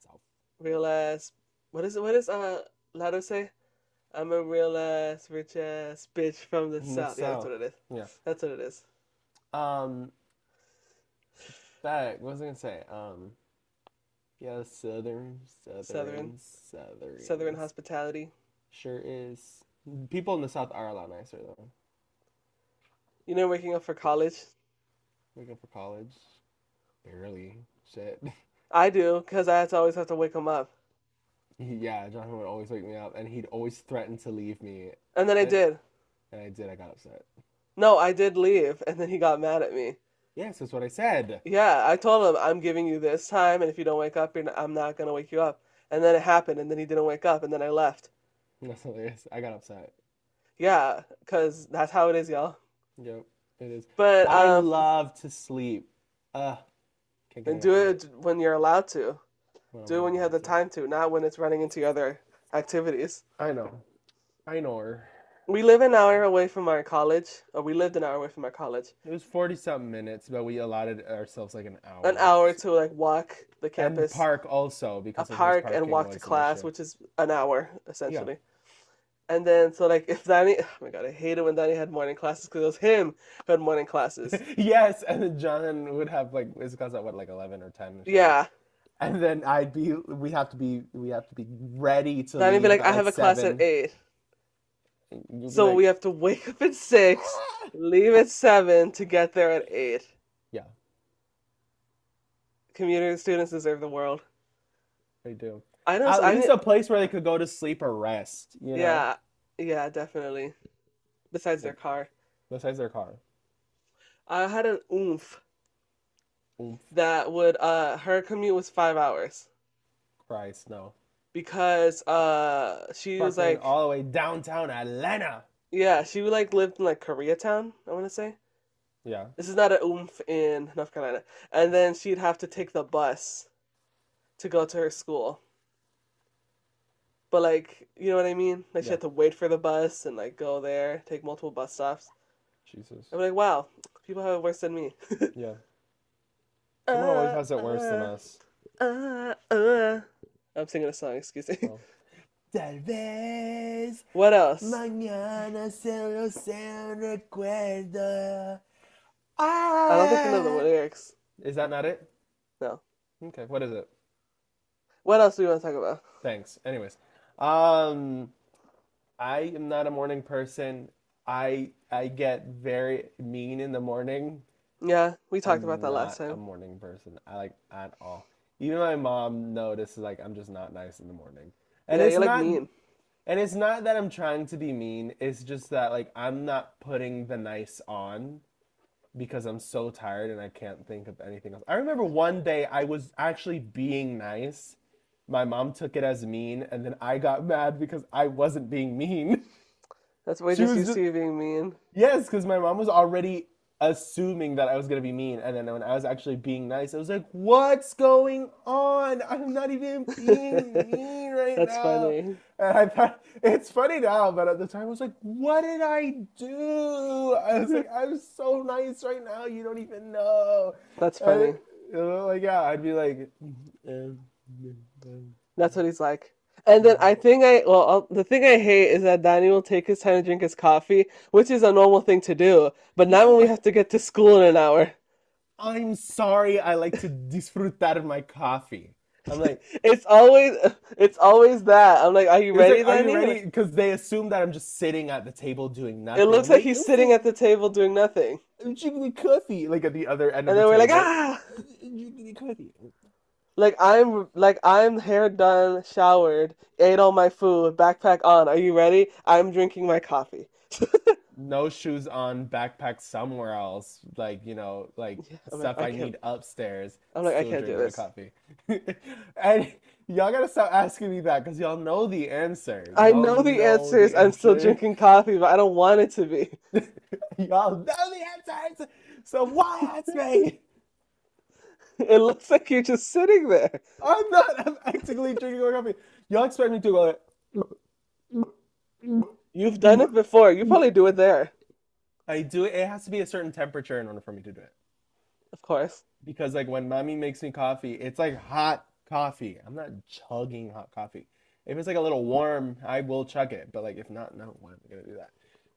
S2: South.
S1: real ass. What is it? What is uh Lotto say? I'm a real ass rich ass bitch from the
S2: From the
S1: south. Yeah, that's
S2: South.
S1: what it is.
S2: Yeah.
S1: That's what it is.
S2: Um, that what was I gonna say? Um, yeah, southern, southern, southern,
S1: Southern hospitality.
S2: Sure is. People in the south are a lot nicer though.
S1: You know, waking up for college.
S2: Wake up for college, barely. Shit. <laughs>
S1: I do because I have to always have to wake them up,
S2: yeah, Jonathan would always wake me up, and he'd always threaten to leave me,
S1: and then I
S2: Right.
S1: did.
S2: and I did. I got upset.
S1: No, I did leave, and then he got mad at me.
S2: Yes, that's what I said. <laughs>
S1: Yeah, I told him I'm giving you this time, and if you don't wake up, you're not, I'm not gonna wake you up. And then it happened, and then he didn't wake up, and then I left.
S2: That's hilarious. I got upset.
S1: Yeah, cause that's how it is, y'all.
S2: Yep, it is.
S1: But
S2: I
S1: um,
S2: love to sleep. Uh, can't
S1: and
S2: get enough
S1: do
S2: of
S1: it when you're allowed to.
S2: When I'm
S1: Do it when you have the
S2: allowed to.
S1: time to, not when it's running into your other activities.
S2: I know. I know her.
S1: We live an hour away from our college, or we lived an hour away from our college.
S2: It was 40 something minutes, but we allotted ourselves like an hour.
S1: An hour to like walk the
S2: Oh, And
S1: campus,
S2: park also
S1: a
S2: because of
S1: park, and
S2: parking
S1: walk
S2: was
S1: to
S2: an
S1: class,
S2: issue.
S1: which is an hour essentially. And then so like if Danny, oh my god, I hated when Danny had morning classes because it was him who had morning
S2: <laughs>
S1: classes.
S2: <laughs> Yes, and then Jonathan would have like his class at what like 11 or 10 or something.
S1: Yeah,
S2: And then I'd be we have to be we have to be ready to
S1: Danny'd be
S2: leave
S1: like, I have a class at eight, so we have to wake up at
S2: <laughs>
S1: six, leave at seven to get there at eight.
S2: Yeah.
S1: Commuter students deserve the world.
S2: we do.
S1: I know.
S2: At
S1: I
S2: least
S1: didn't-
S2: a place where they could go to sleep or rest, you know,
S1: yeah, yeah, definitely. Besides their car,
S2: besides their car.
S1: I had an oomph
S2: Oomph.
S1: that would. Uh, her commute was five hours
S2: Christ, no.
S1: because uh, she was
S2: Fucking
S1: like,
S2: all the way downtown Atlanta.
S1: yeah, she like lived in like Koreatown. I want to say
S2: Yeah.
S1: this is not an oomph in North Carolina, and then she'd have to take the bus to go to her school. But like, you know what I mean? Like she
S2: Yeah.
S1: had to wait for the bus and like go there, take multiple bus stops.
S2: Jesus.
S1: I'm like, wow, people have it worse than me.
S2: Yeah. Someone always
S1: Uh,
S2: has it worse than
S1: uh,
S2: us.
S1: Uh, uh. I'm singing a song, excuse me.
S2: Oh. Tal vez
S1: What else?
S2: mañana solo sea un recuerdo.
S1: I don't think I know the lyrics.
S2: Is that not it?
S1: No.
S2: Okay, what is it?
S1: What else do you want to talk about?
S2: Thanks. Anyways, um, I am not a morning person. I I get very mean in the morning.
S1: Yeah, we talked about that
S2: I'm
S1: last
S2: not a
S1: time.
S2: morning person. I like at all. Even my mom notices like I'm just not nice in the morning. And
S1: Yeah,
S2: it's
S1: you're like
S2: not
S1: mean.
S2: And it's not that I'm trying to be mean, it's just that like I'm not putting the nice on because I'm so tired and I can't think of anything else. I remember one day I was actually being nice. My mom took it as mean, and then I got <laughs> mad because I wasn't being mean. <laughs>
S1: That's way
S2: She
S1: just
S2: was
S1: used
S2: ju-
S1: to you being mean.
S2: Yes, because my mom was already assuming that I was gonna be mean, and then when I was actually being nice, I was like, "What's going on? I'm not even
S1: <laughs>
S2: being mean right
S1: That's
S2: now."
S1: funny.
S2: And I thought it's funny now, but at the time I was like, "What did I do?" I was like, "I'm so nice right now, you don't even know."
S1: That's
S2: And
S1: funny.
S2: it- you know, like yeah, I'd be like, um, um,
S1: That's what he's like. And then I think I, well, I'll, the thing I hate is that Danny will take his time to drink his coffee, which is a normal thing to do, but not when we have to get to school in an hour.
S2: "I'm sorry, I like to disfrutar my coffee." I'm like,
S1: <laughs> It's always, it's always that. I'm like, are you
S2: It was
S1: ready,
S2: like, "Are you
S1: Danny?
S2: ready?" Because they assume that I'm just sitting at the table doing nothing.
S1: It looks
S2: I'm
S1: like he's sitting at the table doing nothing.
S2: I'm drinking coffee, like at the other end of
S1: And
S2: the
S1: then we're like,
S2: table.
S1: ah!
S2: I'm drinking coffee.
S1: Like I'm like I'm hair done, showered, ate all my food, backpack on. Are you ready? I'm drinking my coffee.
S2: No shoes on, backpack somewhere else. Like you know, like
S1: I'm like,
S2: stuff
S1: I
S2: I,
S1: can't-
S2: need upstairs.
S1: I'm like, I
S2: Still
S1: can't do
S2: drinking my coffee. <laughs> and y'all gotta stop asking me that because y'all know the answer.
S1: I
S2: Y'all
S1: know the answers. I'm still
S2: answer.
S1: drinking coffee, but I don't want it to be.
S2: <laughs>
S1: <laughs>
S2: Y'all know the answers. So why ask me?
S1: It looks like you're just sitting there.
S2: I'm not. I'm actively drinking my coffee. Y'all expect me to go like,
S1: You've done it before. You probably do it there,
S2: I do it. It has to be a certain temperature in order for me to do it.
S1: of course.
S2: Because like when mommy makes me coffee, it's like hot coffee. I'm not chugging hot coffee. If it's like a little warm, I will chug it. But like if not, no, why am I gonna do that?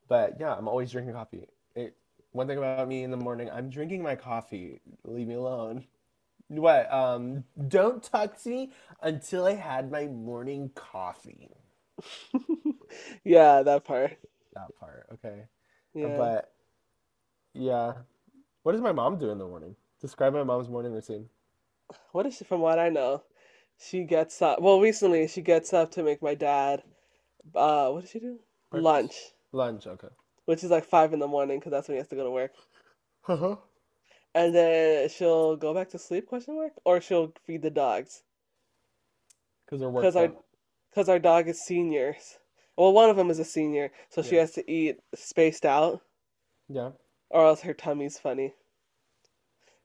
S2: But yeah, I'm always drinking coffee. It, one thing about me in the morning, I'm drinking my coffee. Leave me alone. What? Um, don't talk to me until I had my morning coffee.
S1: Yeah, that part.
S2: That part, okay.
S1: Yeah.
S2: Uh, But yeah, what does my mom do in the morning? Describe my mom's morning routine.
S1: What is from what I know, she gets up. Well, recently she gets up to make my dad. Uh, what does she do? Lunch,
S2: Lunch, okay.
S1: which is like five in the morning because that's when he has to go to work.
S2: Uh-huh.
S1: And then she'll go back to sleep, question mark, or she'll feed the dogs
S2: Because her work.
S1: because our because our dog is seniors. Well, one of them is a senior, so she
S2: Yeah.
S1: has to eat spaced out.
S2: Yeah.
S1: or else her tummy's funny.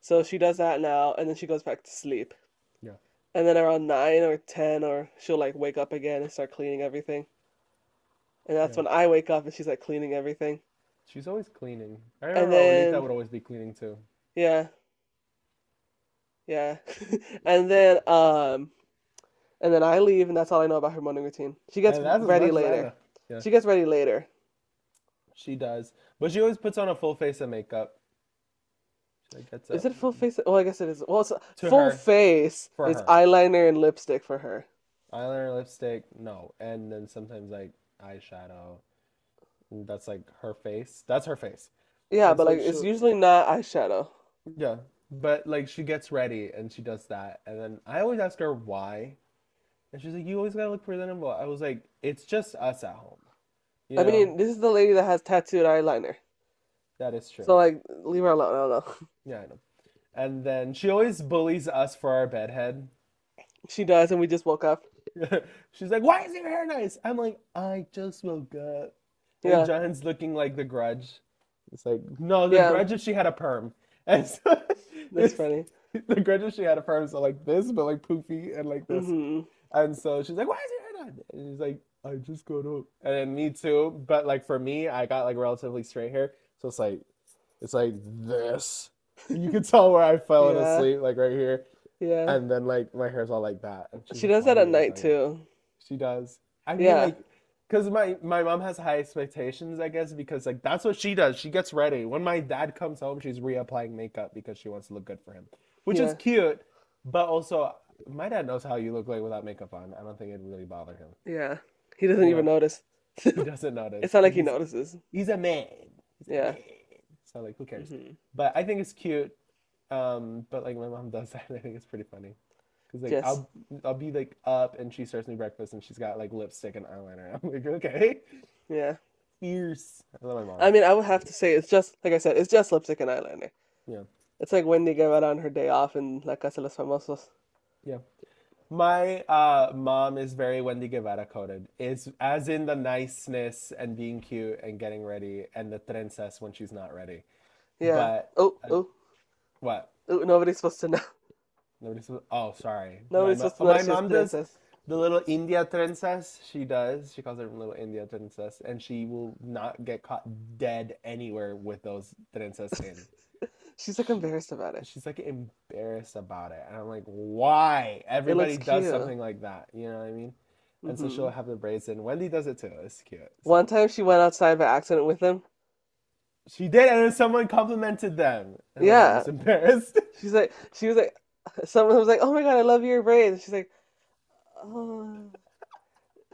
S1: So she does that now, and then she goes back to sleep.
S2: Yeah.
S1: And then around nine or ten, or she'll like wake up again and start cleaning everything. And that's
S2: Yeah.
S1: when I wake up and she's like cleaning everything.
S2: She's always cleaning. I remember
S1: then-
S2: Juanita would always be cleaning too.
S1: Yeah. Yeah. <laughs> And then um and then I leave and that's all I know about her morning routine. She gets
S2: And that's as
S1: ready
S2: much as I
S1: later.
S2: know. Yeah.
S1: She gets ready later.
S2: She does. But she always puts on a full face of makeup. She like, gets
S1: Is
S2: up.
S1: it full face? Well, I guess it is. Well, it's
S2: To
S1: full
S2: her.
S1: face.
S2: For
S1: It's
S2: her.
S1: eyeliner and lipstick for her.
S2: Eyeliner, lipstick, no. And then sometimes like eyeshadow. That's like her face. That's her face.
S1: Yeah,
S2: It's
S1: but
S2: like
S1: like it's
S2: she'll-
S1: usually not eyeshadow.
S2: Yeah, but like she gets ready and she does that, and then I always ask her why, and she's like, "You always gotta look presentable." I was like, "It's just us at home," you
S1: I
S2: know?
S1: mean, this is the lady that has tattooed eyeliner.
S2: That is true.
S1: So like, leave her alone. I don't know. <laughs>
S2: Yeah, I know. And then she always bullies us for our bedhead. <laughs>
S1: She does, and we just woke up.
S2: She's like, "Why is your hair nice?" I'm like, "I just woke up." And
S1: Yeah.
S2: John's looking like the Grudge. It's like, no, the
S1: Yeah.
S2: Grudge if she had a perm. <laughs> And so
S1: That's
S2: <laughs> it's-
S1: funny.
S2: the Grudge if she had a perm, so like this, but like poofy and like this.
S1: hmm
S2: And so she's like, "Why is your hair done?" And he's like, "I just got up." And then me too, but like for me, I got like relatively straight hair, so it's like, it's like this. You can tell where I fell in
S1: Yeah.
S2: asleep, like right here,
S1: Yeah.
S2: and then like my hair's all like that. And she's
S1: She
S2: like,
S1: does
S2: "Why
S1: that at
S2: do you
S1: night
S2: look like that?"
S1: too.
S2: She does. I mean,
S1: Yeah.
S2: like, because my my mom has high expectations, I guess, because like that's what she does. She gets ready. When my dad comes home, she's reapplying makeup because she wants to look good for him, which is
S1: Yeah.
S2: cute. But also, my dad knows how you look like without makeup on. I don't think it'd really bother him.
S1: Yeah. He doesn't even notice.
S2: He doesn't <laughs> notice.
S1: It's not like he
S2: He's-
S1: notices.
S2: He's a man. He's a
S1: Yeah.
S2: man. So like, who cares?
S1: Mm-hmm.
S2: But I think it's cute. Um, but like my mom does that, and I think it's pretty funny. Cause like
S1: Yes.
S2: I'll I'll be like up, and she serves me breakfast, and she's got like lipstick and eyeliner. <laughs> I'm like, okay,
S1: Yeah.
S2: fierce. I love my mom.
S1: I mean, I would have to say it's just like I said, it's just lipstick and eyeliner.
S2: Yeah.
S1: It's like Wendy Guevara on her day off in La Casa de los Famosos.
S2: Yeah. My uh mom is very Wendy Guevara coded. It's as in the niceness and being cute and getting ready and the trenzas when she's not ready.
S1: Yeah.
S2: But
S1: Oh, oh,
S2: what?
S1: oh, nobody's supposed to know.
S2: Nobody's supposed oh sorry. My
S1: Nobody's
S2: mo-
S1: supposed to know.
S2: my
S1: it's just
S2: mom does
S1: princess.
S2: the little India trenzas, she does. She calls them little India trenzas, and she will not get caught dead anywhere with those trenzas in.
S1: She's like embarrassed about it.
S2: She's like embarrassed about it. And I'm like, why? Everybody does
S1: cute. Mm-hmm.
S2: something like that. You know what I mean? And so she'll have the braids in. Wendy does it too. It's cute. So
S1: One time she went outside by accident with him.
S2: she did, and then someone complimented them. And then I
S1: Yeah.
S2: was embarrassed. <laughs>
S1: She's like, she was like, <laughs> someone was like, "Oh my god, I love your braids." And she's like, "Oh,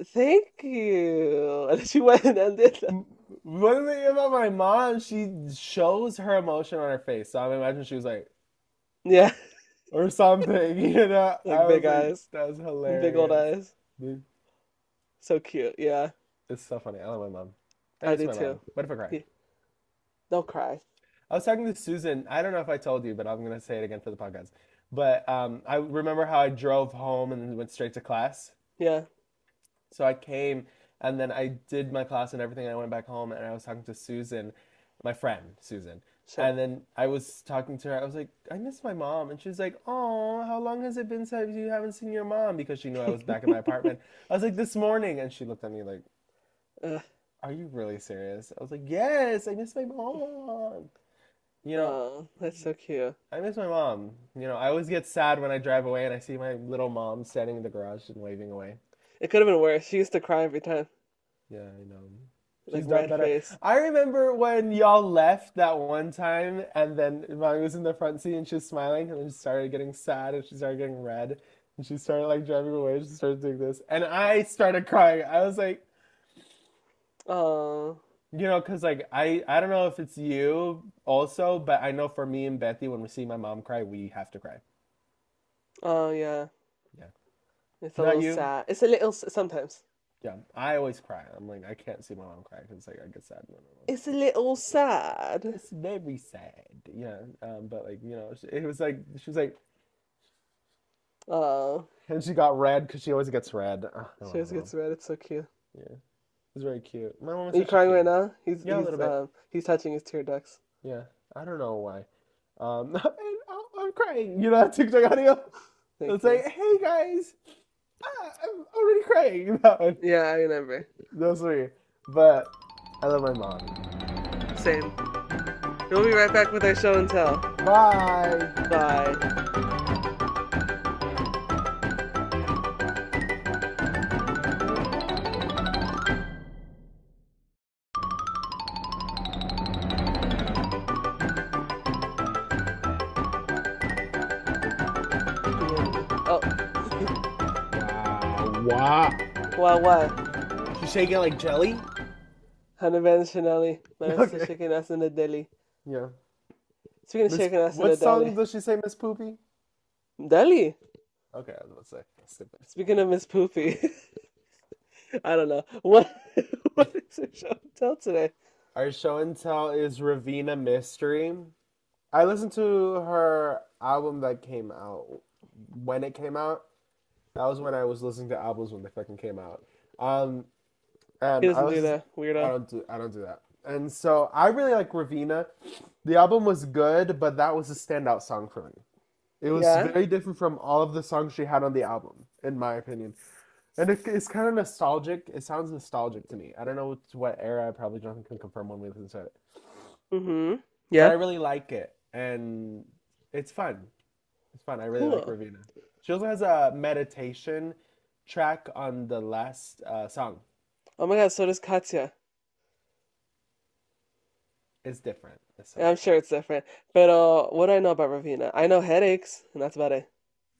S1: thank you." <laughs> And she went and did
S2: <laughs>
S1: that.
S2: One thing about my mom, she shows her emotion on her face. So I imagine she was like,
S1: Yeah, <laughs>
S2: or something, <laughs> you know?
S1: Like
S2: I was
S1: big eyes.
S2: That was hilarious.
S1: big old eyes,
S2: Big-
S1: so cute. Yeah,
S2: It's so funny. I love my mom.
S1: I
S2: miss
S1: do
S2: my
S1: too.
S2: mom. What if I cry?
S1: Yeah. don't cry.
S2: I was talking to Susan. I don't know if I told you, but I'm gonna say it again for the podcast. But um, I remember how I drove home and went straight to class.
S1: Yeah,
S2: So I came and then I did my class and everything. And I went back home and I was talking to Susan, my friend Susan.
S1: Sure.
S2: And then I was talking to her. I was like, I miss my mom. And she was like, Oh, how long has it been since you haven't seen your mom? Because she knew I was back in
S1: <laughs>
S2: my apartment. I was like, This morning. And she looked at me like,
S1: Ugh.
S2: Are you really serious? I was like, Yes, I miss my mom. You know,
S1: Oh, that's so cute.
S2: I miss my mom. You know, I always get sad when I drive away and I see my little mom standing in the garage and waving away.
S1: It could have been worse. She used to cry every time.
S2: Yeah, I know.
S1: Like
S2: She's done
S1: red
S2: better.
S1: face.
S2: I remember when y'all left that one time, and then Mommy was in the front seat and she was smiling, and then she started getting sad, and she started getting red, and she started like driving away. She started doing this, and I started crying. I was like,
S1: Oh,
S2: you know, because like I I don't know if it's you also, but I know for me and Bethy, when we see my mom cry, we have to cry.
S1: oh yeah.
S2: Yeah.
S1: It's a
S2: Not
S1: little
S2: you?
S1: sad. It's a little s- sometimes.
S2: Yeah, I always cry. I'm like, I can't see my mom cry because like I get sad. No, no, no.
S1: It's a little sad.
S2: It's very sad. Yeah, um, but like you know, it was like she was like.
S1: Oh,
S2: And she got red because she always gets red. Ah, Ugh, I
S1: she
S2: don't
S1: always
S2: know.
S1: gets red. It's so cute.
S2: It was very cute. My mom was
S1: Are you
S2: such a
S1: crying right
S2: cutie.
S1: now? He's
S2: Yeah, a
S1: he's
S2: little bit.
S1: um he's touching his tear ducts.
S2: Yeah, I don't know why. Um, <laughs> and I'll- I'm crying. You know that TikTok audio?
S1: Thank
S2: It's
S1: you.
S2: like, hey guys, ah, I'm already crying. <laughs> That one.
S1: Yeah, I remember.
S2: Those three. But I love my mom.
S1: Same. We'll be right back with our show and tell.
S2: Bye.
S1: Bye. Oh,
S2: Wow.
S1: wow, wow.
S2: You shake it like jelly?
S1: Hannah Ben Chanelli. Marissa
S2: Okay.
S1: shaking ass in the deli.
S2: Yeah.
S1: Speaking of
S2: Miss-
S1: shaking ass in the
S2: what song
S1: deli.
S2: does she say, Miss Poopy?
S1: Deli.
S2: Okay, I was about to say.
S1: Speaking of Miss Poopy, <laughs> I don't know what <laughs> what is the show and tell today.
S2: Our show and tell is Ravina Mystery. I listened to her album that came out when it came out. That was when I was listening to albums when they fucking came out. Um, and
S1: He
S2: I
S1: doesn't
S2: was
S1: do that, weirdo.
S2: I don't do I don't do that. And so I really like Ravina. The album was good, but that was a standout song for me. It was
S1: Yeah?
S2: very different from all of the songs she had on the album, in my opinion. And it, it's kind of nostalgic. It sounds nostalgic to me. I don't know what, what era. I probably Jonathan can confirm when we listen to it.
S1: Mm-hmm.
S2: But I
S1: Yeah.
S2: really like it, and it's fun. It's fun. I really like
S1: Cool.
S2: Ravina. She also has a meditation track on the last uh, song.
S1: Oh my god, so does Katya.
S2: It's different. This song.
S1: I'm sure it's different. But uh, what do I know about Ravina? I know headaches, and that's about it.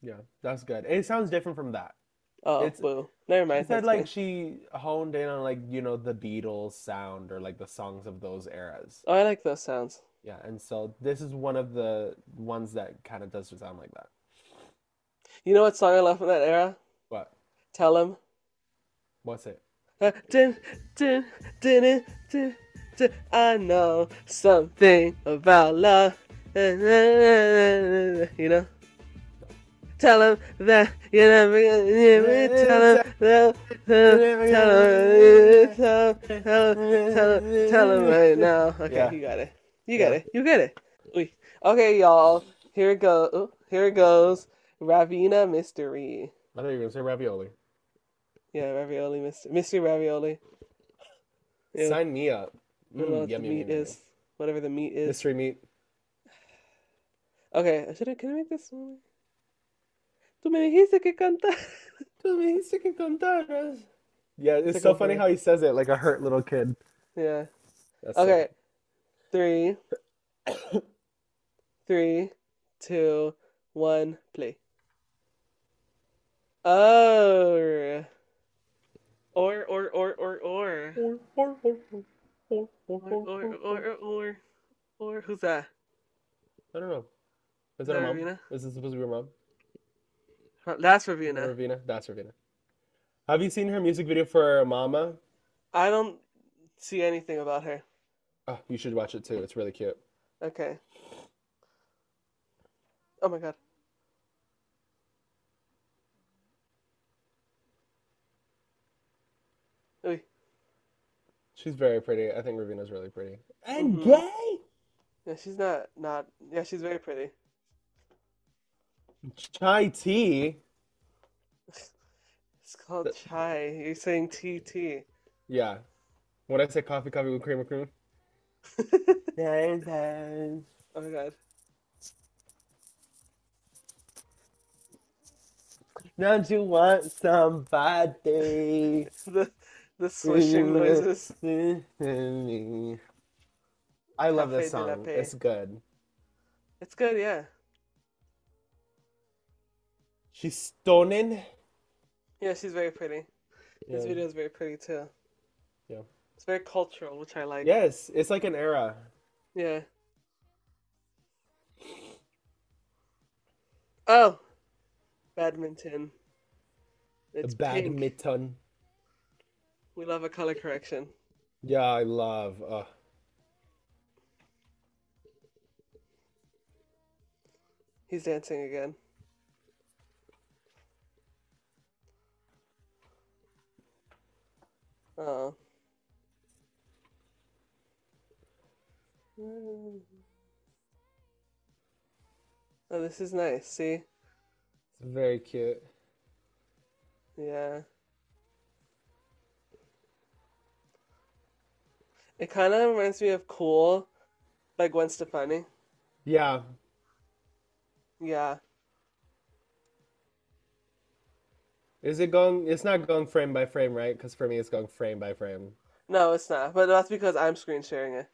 S2: Yeah, that's good. It sounds different from that.
S1: Oh,
S2: It's-
S1: boo. Never
S2: She
S1: mind.
S2: said
S1: that's
S2: like
S1: good.
S2: she honed in on like, you know, the Beatles sound or like the songs of those eras.
S1: Oh, I like those sounds.
S2: Yeah, and so this is one of the ones that kind of does sound like that.
S1: You know what song I love from that era?
S2: But
S1: Tell him.
S2: what's it?
S1: Uh, dun, dun, dun, dun, dun, dun. I know something about love. Eh, eh, eh, eh, eh, You know? Tell him that you never gonna tell him that tell him tell him tell him tell him tell him right now. Okay,
S2: Yeah.
S1: you got it. You got it. You got it. Uy. Okay, y'all. Here it goes. Here it goes. Ravina mystery.
S2: I thought you were gonna say ravioli.
S1: Yeah, ravioli mystery. Mystery ravioli. Yeah.
S2: Sign me up.
S1: I don't
S2: Mm,
S1: know what the
S2: yummy,
S1: meat
S2: yummy, yummy.
S1: is. Whatever the meat is.
S2: Mystery meat.
S1: Okay, should I, can I make this one? Tú me dijiste que cantar.
S2: Yeah, it's
S1: Pickle
S2: so funny
S1: meat.
S2: how he says it like a hurt little kid.
S1: Yeah.
S2: That's so
S1: Okay. Three, three, two, one, play. Or. Or, or, or, or, or. Or, or, or, or. Or, who's that?
S2: I don't know. Is that
S1: Is
S2: her
S1: that
S2: mom?
S1: Ravina?
S2: Is it supposed to be her mom?
S1: Huh, That's
S2: Or
S1: Ravina.
S2: Ravina? That's Ravina. Have you seen her music video for Mama?
S1: I don't see anything about her.
S2: Oh, you should watch it too. It's really cute.
S1: Okay. Oh my god. Uy.
S2: She's very pretty. I think Ravina's really pretty.
S1: And gay? Yeah, she's not not yeah, she's very pretty.
S2: Chai tea.
S1: It's called chai. You're saying TT.
S2: Yeah. <laughs> When I say coffee, coffee with cream, with cream.
S1: Oh my god. <laughs>
S2: Don't you want somebody?
S1: The
S2: <laughs>
S1: the swishing noises.
S2: I love this
S1: Cafe de la
S2: song.
S1: Paix.
S2: It's good.
S1: It's good, yeah.
S2: She's stoning.
S1: Yeah, she's very pretty. This
S2: Yeah.
S1: video is very pretty too.
S2: Yeah.
S1: It's very cultural, which I like.
S2: Yes, it's like an era.
S1: Yeah. Oh, badminton. It's pink.
S2: Badminton.
S1: We love a color correction.
S2: Yeah, I love. Uh,
S1: He's dancing again. Oh. Oh, this is nice. See?
S2: it's very cute.
S1: Yeah. It kind of reminds me of Cool by Gwen Stefani.
S2: Yeah,
S1: Yeah.
S2: is it going? It's not going frame by frame, right? Because for me, it's going frame by frame.
S1: No, it's not. But that's because I'm screen sharing it.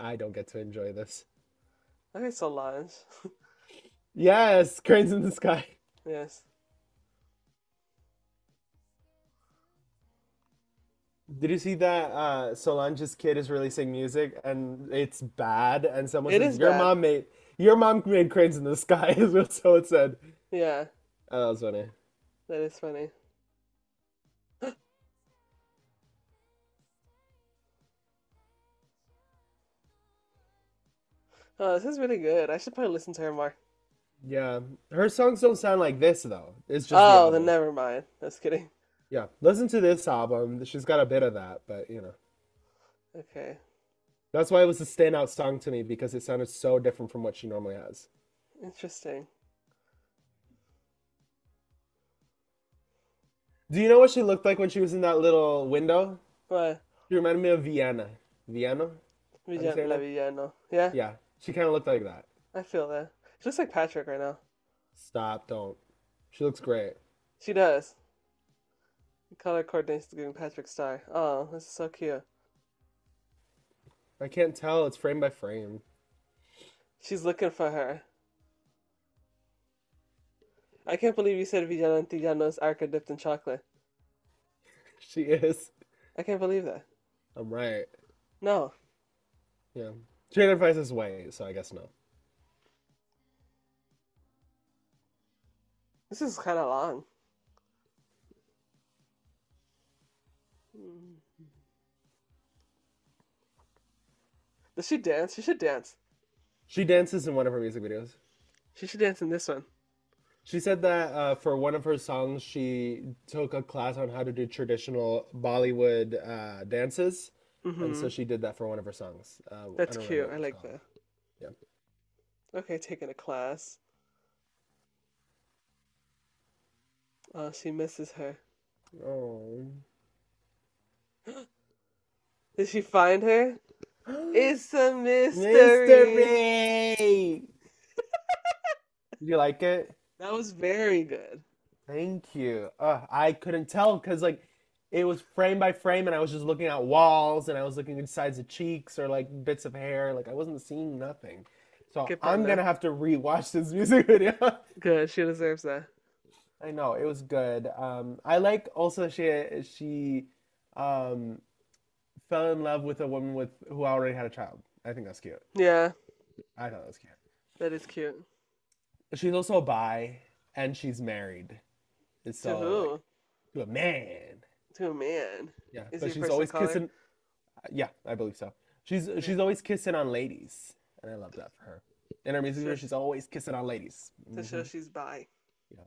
S2: I don't get to enjoy this.
S1: Okay, Solange.
S2: Yes, <laughs> cranes in the sky.
S1: <laughs> Yes.
S2: Did you see that uh, Solange's kid is releasing music and it's bad? And someone
S1: It
S2: says,
S1: is
S2: "Your
S1: bad.
S2: mom made your mom made cranes in the sky," <laughs> is what someone said.
S1: Yeah.
S2: Oh, that was funny.
S1: That is funny. <gasps> Oh, this is really good. I should probably listen to her more.
S2: Yeah, her songs don't sound like this though. It's just the
S1: Oh, then
S2: album.
S1: never mind. Just kidding.
S2: Yeah, listen to this album. She's got a bit of that, but you know,
S1: Okay.
S2: that's why it was a standout song to me because it sounded so different from what she normally has.
S1: Interesting.
S2: Do you know what she looked like when she was in that little window?
S1: What?
S2: She reminded me of Vienna. Vienna?
S1: Villan-
S2: saying
S1: La
S2: that-
S1: Villano. Yeah,
S2: Yeah, she kind of looked like that.
S1: I feel that. She looks like Patrick right now.
S2: Stop, don't. She looks great.
S1: She does. The color coordinates giving Patrick Star. Oh, this is so cute.
S2: I can't tell. It's frame by frame. <laughs>
S1: She's looking for her. I can't believe you said Villano and Tijano is Arca dipped in chocolate.
S2: She is.
S1: I can't believe that.
S2: I'm right.
S1: No.
S2: Yeah. She identifies as white, so I guess no.
S1: This is kind of long. Does she dance? She should dance.
S2: She dances in one of her music videos.
S1: She should dance in this one.
S2: She said that uh, for one of her songs, she took a class on how to do traditional Bollywood uh, dances, and so she did that for one of her songs. Uh, I
S1: Mm-hmm. That's
S2: don't remember
S1: cute.
S2: what
S1: I like
S2: it's called.
S1: that.
S2: Yeah.
S1: Okay, taking a class. Oh, she misses her.
S2: Oh,
S1: Did she find
S2: <gasps>
S1: her? It's a mystery.
S2: mystery. you like it?
S1: That was very good.
S2: Thank you. Uh, I couldn't tell because like it was frame by frame, and I was just looking at walls, and I was looking at sides of cheeks or like bits of hair. Like I wasn't seeing nothing. So
S1: Good
S2: I'm
S1: partner.
S2: gonna have to rewatch this <laughs> music video.
S1: Good. She deserves that.
S2: I know it was good. Um, I like also she she um, fell in love with a woman with who already had a child. I think that's cute.
S1: Yeah,
S2: I thought that was cute.
S1: that is cute.
S2: She's also bi and she's married. And
S1: To
S2: so
S1: who?
S2: like, to a man.
S1: To a man.
S2: Yeah,
S1: Is
S2: but
S1: he a
S2: she's
S1: person of
S2: always
S1: color?
S2: kissing. uh, Yeah, I believe so. She's she's always kissing on ladies, and I love that for her. In her music video,
S1: Sure.
S2: she's always kissing on ladies.
S1: To
S2: Mhm.
S1: show she's bi.
S2: Yeah.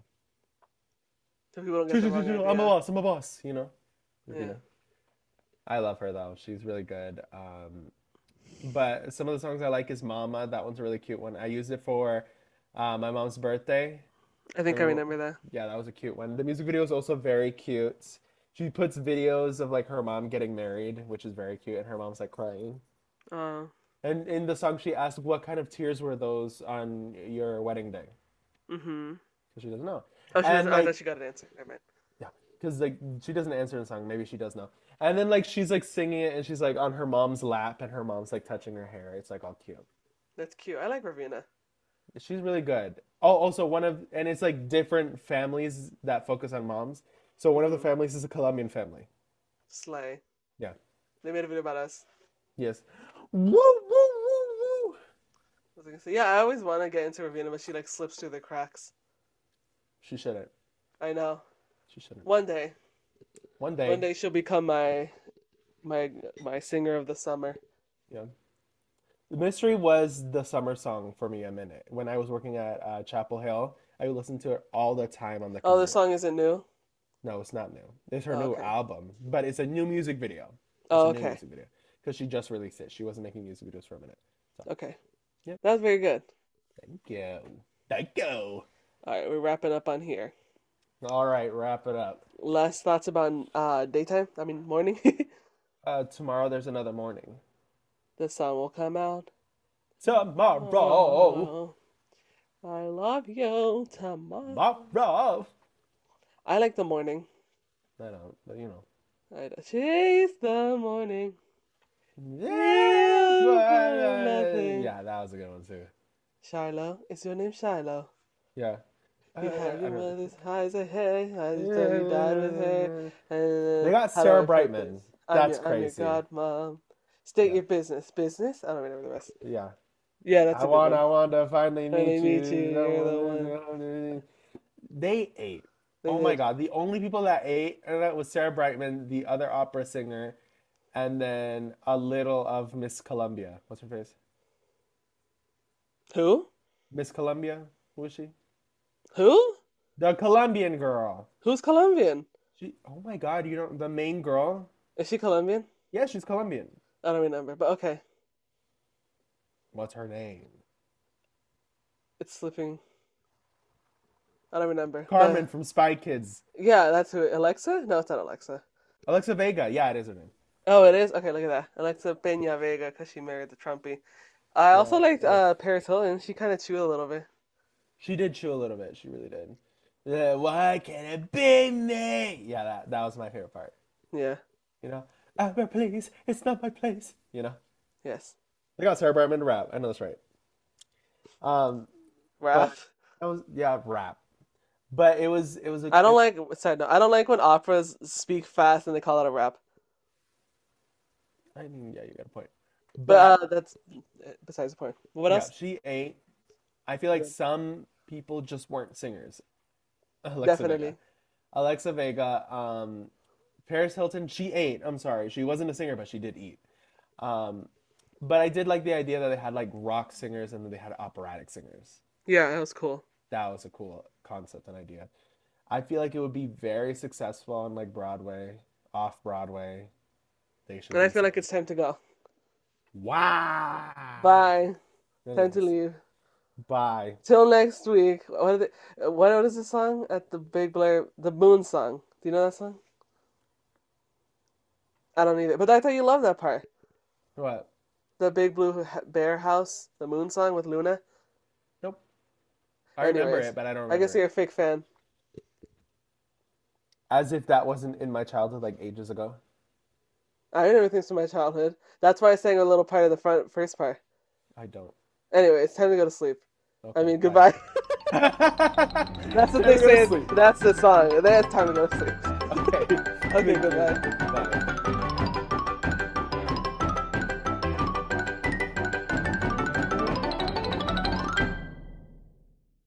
S1: So people don't get the wrong
S2: I'm a
S1: idea.
S2: boss. I'm a boss. You know. You
S1: Yeah.
S2: know. I love her though. She's really good. Um, but some of the songs I like is "Mama." That one's a really cute one. I used it for uh, my mom's birthday.
S1: I think I
S2: I'm a-
S1: remember that.
S2: Yeah, that was a cute one. The music video is also very cute. She puts videos of like her mom getting married, which is very cute, and her mom's like crying.
S1: Oh,
S2: And in the song, she asked, "What kind of tears were those on your wedding day?"
S1: Mm-hmm.
S2: Because she doesn't know.
S1: Oh, she doesn't.
S2: And,
S1: oh,
S2: like-
S1: no, she got an answer. Never mind.
S2: Yeah, because like she doesn't answer in the song. Maybe she does know. And then like she's like singing it, and she's like on her mom's lap, and her mom's like touching her hair. It's like all cute.
S1: That's cute. I like Ravina.
S2: She's really good. Oh, also one of and it's like different families that focus on moms. So one of the families is a Colombian family.
S1: Slay.
S2: Yeah.
S1: They made a video about us.
S2: Yes. Woo woo woo woo.
S1: I was gonna say, yeah, I always want to get into Ravina, but she like slips through the cracks.
S2: She shouldn't.
S1: I know.
S2: She shouldn't.
S1: One day,
S2: One day.
S1: one day she'll become my, my, my singer of the summer.
S2: Yeah. Mystery was the summer song for me a minute. When I was working at uh, Chapel Hill, I would listen to it all the time on the
S1: Oh, this
S2: commute.
S1: song isn't new.
S2: No, it's not new. It's her
S1: Oh,
S2: new
S1: okay.
S2: album, but it's a new music video. It's
S1: Oh,
S2: a new
S1: okay.
S2: music video because she just released it. She wasn't making music videos for a minute.
S1: Okay.
S2: Yep.
S1: That was very good.
S2: Thank you. Thank you.
S1: All right, we're wrapping up on here.
S2: All right, wrap it up.
S1: Last thoughts about uh daytime? I mean morning. <laughs>
S2: Uh, tomorrow there's another morning.
S1: the sun will come out. Oh.
S2: Tomorrow,
S1: I love you tomorrow.
S2: tomorrow.
S1: I like the morning.
S2: I don't, but uh, you know.
S1: I chase the morning. nothing.
S2: Yeah, that was a good one too.
S1: Shiloh, is your name Shiloh?
S2: Yeah.
S1: We
S2: Uh,
S1: had
S2: I
S1: you
S2: don't-
S1: with his eyes ahead, eyes that you died with her. and
S2: They got
S1: how do I
S2: Sarah
S1: put
S2: Brightman.
S1: this? I'm your-
S2: That's
S1: I'm your
S2: crazy.
S1: godmom. State
S2: Yeah.
S1: your business. Business? I don't remember the rest.
S2: Yeah.
S1: Yeah, that's a
S2: I
S1: good
S2: want,
S1: one.
S2: I want to finally meet
S1: Finally
S2: you.
S1: meet you,
S2: I
S1: you're the
S2: wanna- They ate.
S1: They
S2: oh my
S1: did.
S2: God. The only people that ate and that was Sarah Brightman, the other opera singer, and then a little of Miss Columbia. What's her face?
S1: Who?
S2: Miss Columbia? Who is she?
S1: Who?
S2: The Colombian girl.
S1: Who's Colombian?
S2: She, oh my God, you don't, the main girl?
S1: Is she Colombian?
S2: Yeah, she's Colombian.
S1: I don't remember, but okay.
S2: What's her name?
S1: It's slipping. I don't remember. but-
S2: Carmen from Spy Kids.
S1: yeah, that's who. Alexa? No, it's not Alexa.
S2: Alexa Vega. Yeah, it is her name.
S1: Oh, it is? Okay, look at that. Alexa Peña Vega, because she married the Trumpy. I
S2: Oh,
S1: also liked uh, Paris Hilton. She kind of chewed a little bit.
S2: She did chew a little bit. She really did. Yeah, why can't it be me? Yeah, that that was my favorite part.
S1: Yeah.
S2: You know, Amber, please, it's not my place. You know,
S1: Yes.
S2: they got Sarah Brightman to rap. I know that's right. Um,
S1: Rap.
S2: that was yeah, rap. But it was it was a
S1: I don't like. Sorry, no. I don't like when operas speak fast and they call it a rap.
S2: I mean, yeah, you got a point.
S1: But uh, that's besides the point. What
S2: yeah,
S1: else?
S2: she ain't. I feel like some people just weren't singers. Alexa
S1: Definitely.
S2: Vega. Alexa Vega, um, Paris Hilton, she ate. I'm sorry, she wasn't a singer, but she did eat. Um, but I did like the idea that they had like rock singers and then they had operatic singers.
S1: Yeah, that was cool.
S2: That was a cool concept and idea. I feel like it would be very successful on like Broadway, off Broadway. They should
S1: And I
S2: be-
S1: feel like it's time to go.
S2: wow.
S1: Bye. Time
S2: Anyways,
S1: to leave.
S2: bye.
S1: Till next week. What are the, what what is the song at the Big Blair? The Moon song. Do you know that song? I don't either. But I thought you loved that part.
S2: What?
S1: The Big Blue H- Bear House, the Moon song with Luna.
S2: Nope. I remember
S1: Anyways,
S2: it, but I don't
S1: I guess
S2: remember it.
S1: you're a fake fan.
S2: As if that wasn't in my childhood like ages ago.
S1: I remember things from my childhood. That's why I sang a little part of the front first part.
S2: I don't.
S1: Anyway, it's time to go to sleep. I
S2: Okay,
S1: mean,
S2: bye. <laughs>
S1: goodbye. <laughs> That's what they
S2: Time to go to
S1: say.
S2: sleep. Vâng.
S1: That's the song. That's time to go to sleep.
S2: Okay.
S1: Okay, goodbye.
S2: Bye.